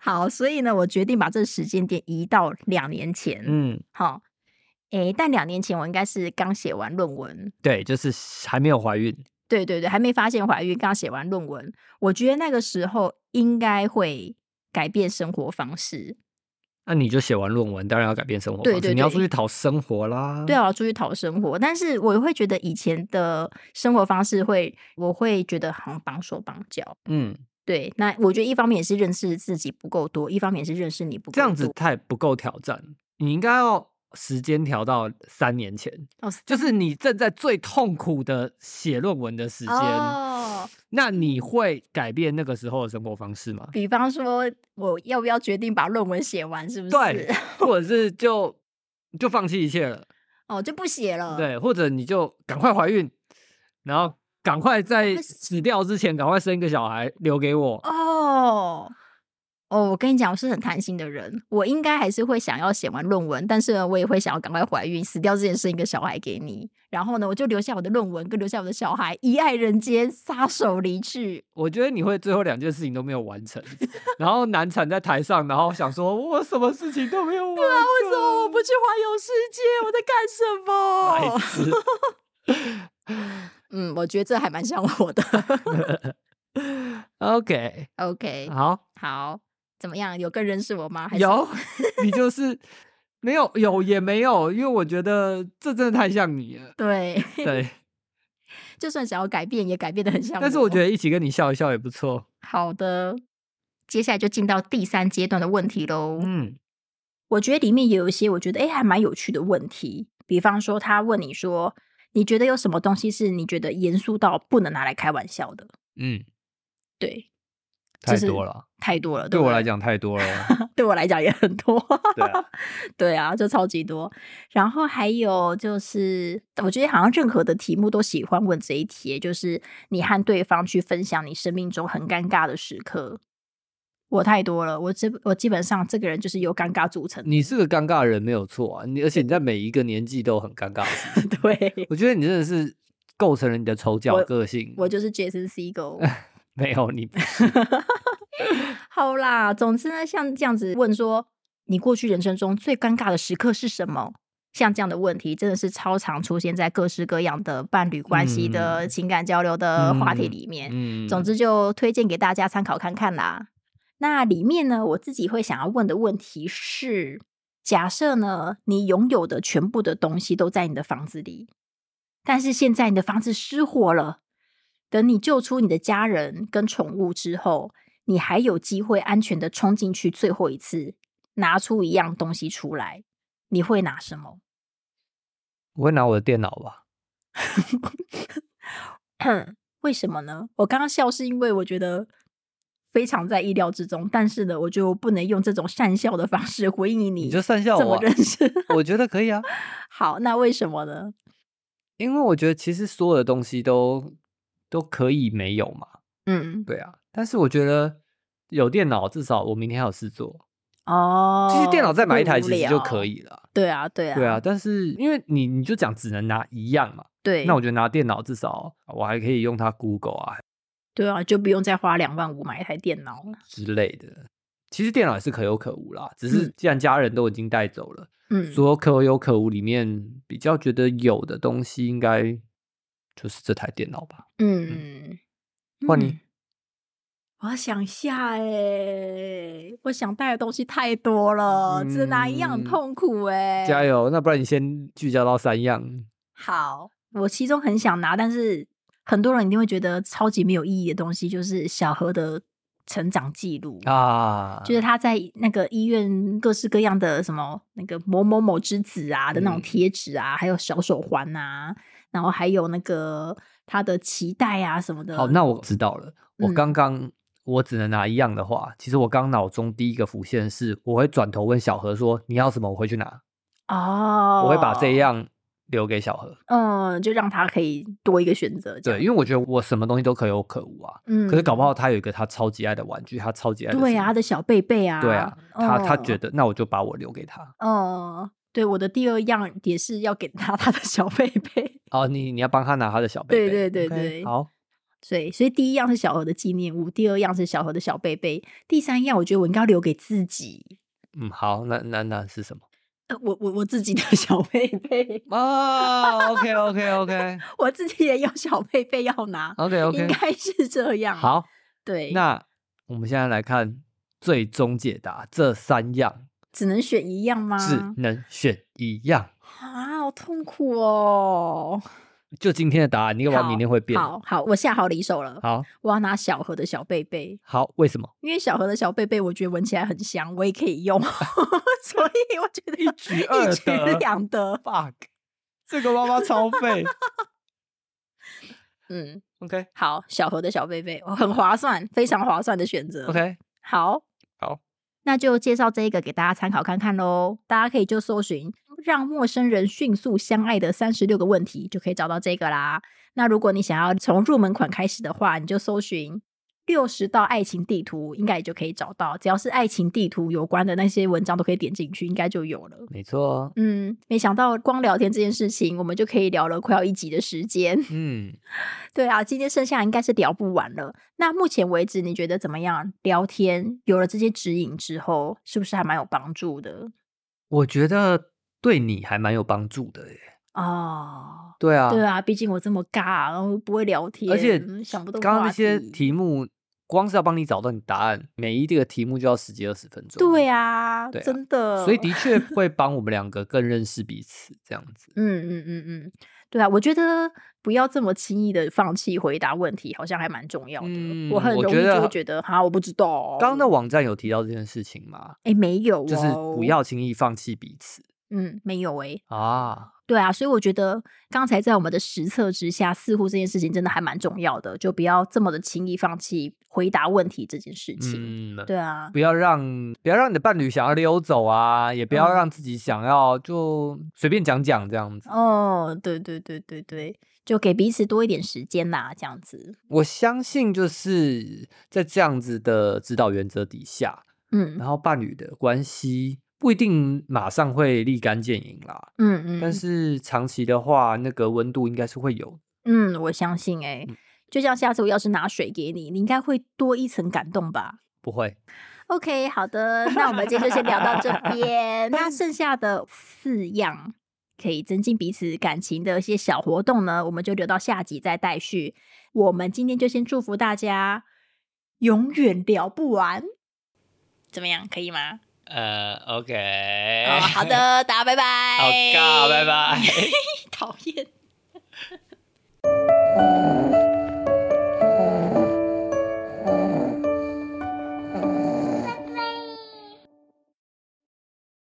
好，所以呢，我决定把这个时间点移到两年前。嗯，好，诶，但两年前我应该是刚写完论文，对，就是还没有怀孕，对对对，还没发现怀孕，刚写完论文。我觉得那个时候应该会改变生活方式。那你就写完论文，当然要改变生活方对式，对你要对出去讨生活啦。对啊，我要出去讨生活，但是我会觉得以前的生活方式会，我会觉得好像绑手绑脚。嗯，对，那我觉得一方面也是认识自己不够多，一方面也是认识你不够这样子多太不够挑战，你应该要时间调到三年前，哦就是你正在最痛苦的写论文的时间。哦，那你会改变那个时候的生活方式 吗？比方说我要不要决定把论文写完，是不是？ 对，或者是就就放弃一切了？哦，就不写了。，对，或者你就赶快怀孕，然后赶快在那死掉之前赶快生一个小孩留给我。哦，哦，我跟你讲，我是很贪心的人，我应该还是会想要写完论文，但是呢，我也会想要赶快怀孕，死掉之前生一个小孩给你，然后呢，我就留下我的论文，跟留下我的小孩，一爱人间，撒手离去。我觉得你会最后两件事情都没有完 成，然后难产在台上，然后想说我什么事情都没有完成，对啊，为什么我不去环游世界？我在干什么？哎嗯，我觉得这还蛮像我的。 OK， OK，好，好，怎么样？有更认识我吗？还是有，你就是没有有也没有，因为我觉得这真的太像你了。对， 对，就算想要改变，也改变的很像。但是我觉得一起跟你笑一笑也不错。好的，接下来就进到第三阶段的问题喽。嗯，我觉得里面也有一些我觉得哎还蛮有趣的问题，比方说他问你说，你觉得有什么东西是你觉得严肃到不能拿来开玩笑的？嗯，对，太是多了，太多了，对不我来，讲太多了。哦对我来讲也很多。对啊， 对啊，就超级多。然后还有就是，我觉得好像任何的题目都喜欢问这一题，就是你和对方去分享你生命中很尴尬的时刻。我太多了，我基我基本上这个人就是由尴尬组成的。你是个尴尬的人没有错啊，你而且你在每一个年纪都很尴尬的事情。对，我觉得你真的是构成了你的丑角我个性。我就是 Jason Segel。没 有你不是，好啦，总之呢，像这样子问说，你过去人生中最尴尬的时刻是什么？像这样的问题，真的是超常出现在各式各样的伴侣关系的、嗯情感交流的话题里面。嗯总之就推荐给大家参考看看啦。那里面呢，我自己会想要问的问题是：假设呢，你拥有的全部的东西都在你的房子里，但是现在你的房子失火了，等你救出你的家人跟宠物之后，你还有机会安全的冲进去最后一次，拿出一样东西出来，你会拿什么？我会拿我的电脑吧。 为什么呢？我刚刚笑是因为我觉得非常在意料之中，但是呢，我就不能用这种善笑的方式回应你。你就善笑这我么啊、认识？ 我觉得可以啊，好，那为什么呢？因为我觉得其实所有的东西都都可以没有嘛。嗯，对啊，但是我觉得有电脑，至少我明天还有事做。哦，其实电脑再买一台不其实就可无聊。以了。对啊，对啊，对啊，，但是因为你你就讲只能拿一样嘛，对，那我觉得拿电脑至少我还可以用它 Google 啊对啊，就不用再花两万五买一台电脑了。之类的。其实电脑也是可有可无啦，只是嗯既然家人都已经带走了，嗯，所有可有可无里面比较觉得有的东西，应该就是这台电脑吧。嗯，换嗯你。我要想一下哎、我想带的东西太多了，只拿一样很嗯痛苦哎、嗯加油！那不然你先聚焦到三样，好，我其中很想拿，但是很多人一定会觉得超级没有意义的东西，就是小何的成长记录。啊，就是他在那个医院各式各样的什么那个某某某之子啊的那种嗯贴纸啊，还有小手环啊，然后还有那个他的脐带啊什么的。好，那我知道了。我嗯刚刚我只能拿一样的话，其实我刚脑中第一个浮现的是，我会转头问小何说：“你要什么？我会去拿。哦，我会把这一，样留给小何。嗯，就让他可以多一个选择。这对，样因为我觉得我什么东西都可有可无啊。嗯，可是搞不好他有一个他超级爱的玩具，他超级爱的对什啊，么他的小贝贝啊，对啊，他他嗯觉得那我就把我留给他。嗯，对，我的第二样也是要给他他的小贝贝， 哦，你你要帮他拿他的小贝贝。对对对 OK，对好，所以所以第一样是小何的纪念物，第二样是小何的小贝贝，第三样我觉得我应该要留给自己，嗯，好，那那那是 什么？呃、我我我自己的 小贝贝，啊，OK OK OK 我自己也有小贝贝要拿 OK 应 OK，该是这样。，好，对，那我们现在来看最终解答，这三样只能选一样吗？只能选一样。啊，好痛苦哦。就今天的答案，你干嘛好明天会变？好好，我下好离手了，好我要拿小何的小贝贝。好，为什么？因为小何的小贝贝，我觉得闻起来很香，我也可以 用，所以我觉得 一举二举得两得。 bug，这个妈妈超 废。嗯， OK 好，小何的小贝贝哦很划算，非常划算的选择。 OK，好，好，那就介绍这一个给大家参考看看喽。大家可以就搜寻“让陌生人迅速相爱的三十六个问题”，就可以找到这个啦。那如果你想要从入门款开始的话，你就搜寻。六十道爱情地图应该也就可以找到，只要是爱情地图有关的那些文章都可以点进去，应该就有了。没错，哦嗯，没想到光聊天这件事情，我们就可以聊了快要一集的时间。嗯，对啊，今天剩下应该是聊不完了。那目前为止，你觉得怎么样？聊天有了这些指引之后，是不是还蛮有帮助的？我觉得对你还蛮有帮助的耶。哦，对啊，对啊，毕竟我这么尬，然后不会聊天，而且嗯想不到刚刚那些题。题目，光是要帮你找到你答案，每一个题目就要十几二十分钟。对、啊，对啊真的，所以的 确会帮我们两个更认识彼此，这样子。嗯嗯嗯嗯，对啊，我觉得不要这么轻易的放弃回答问题，好像还蛮重要的。嗯我很我容觉易就得会觉得哈，我不知道哦。刚刚的网站有提到这件事情吗？哎没有、哦，就是不，要轻易放弃彼此嗯，没有哎、啊。对啊，所以我觉得刚才在我们的实测之下，似乎这件事情真的还蛮重要的，就不要这么的轻易放弃回答问题这件事情。嗯，对啊，不要让不要让你的伴侣想要溜走啊，也不要嗯让自己想要就随便讲讲这样子。哦，对对对对对，就给彼此多一点时间啦，这样子。我相信就是在这样子的指导原则底下，嗯然后伴侣的关系不一定马上会立竿见影啦，嗯嗯，但是长期的话，那个温度应该是会有的。嗯，我相信哎、就像下次我要是拿水给你，你应该会多一层感动吧。不会， OK，好的，那我们今天就先聊到 这边。那剩下的四样可以增进彼此感情的一些小活动呢，我们就留到下集再待续。我们今天就先祝福大家永远聊不完，怎么样？可以吗？呃，OK，哎哦，好，的，大家拜拜。好尬，拜，拜。 讨厌。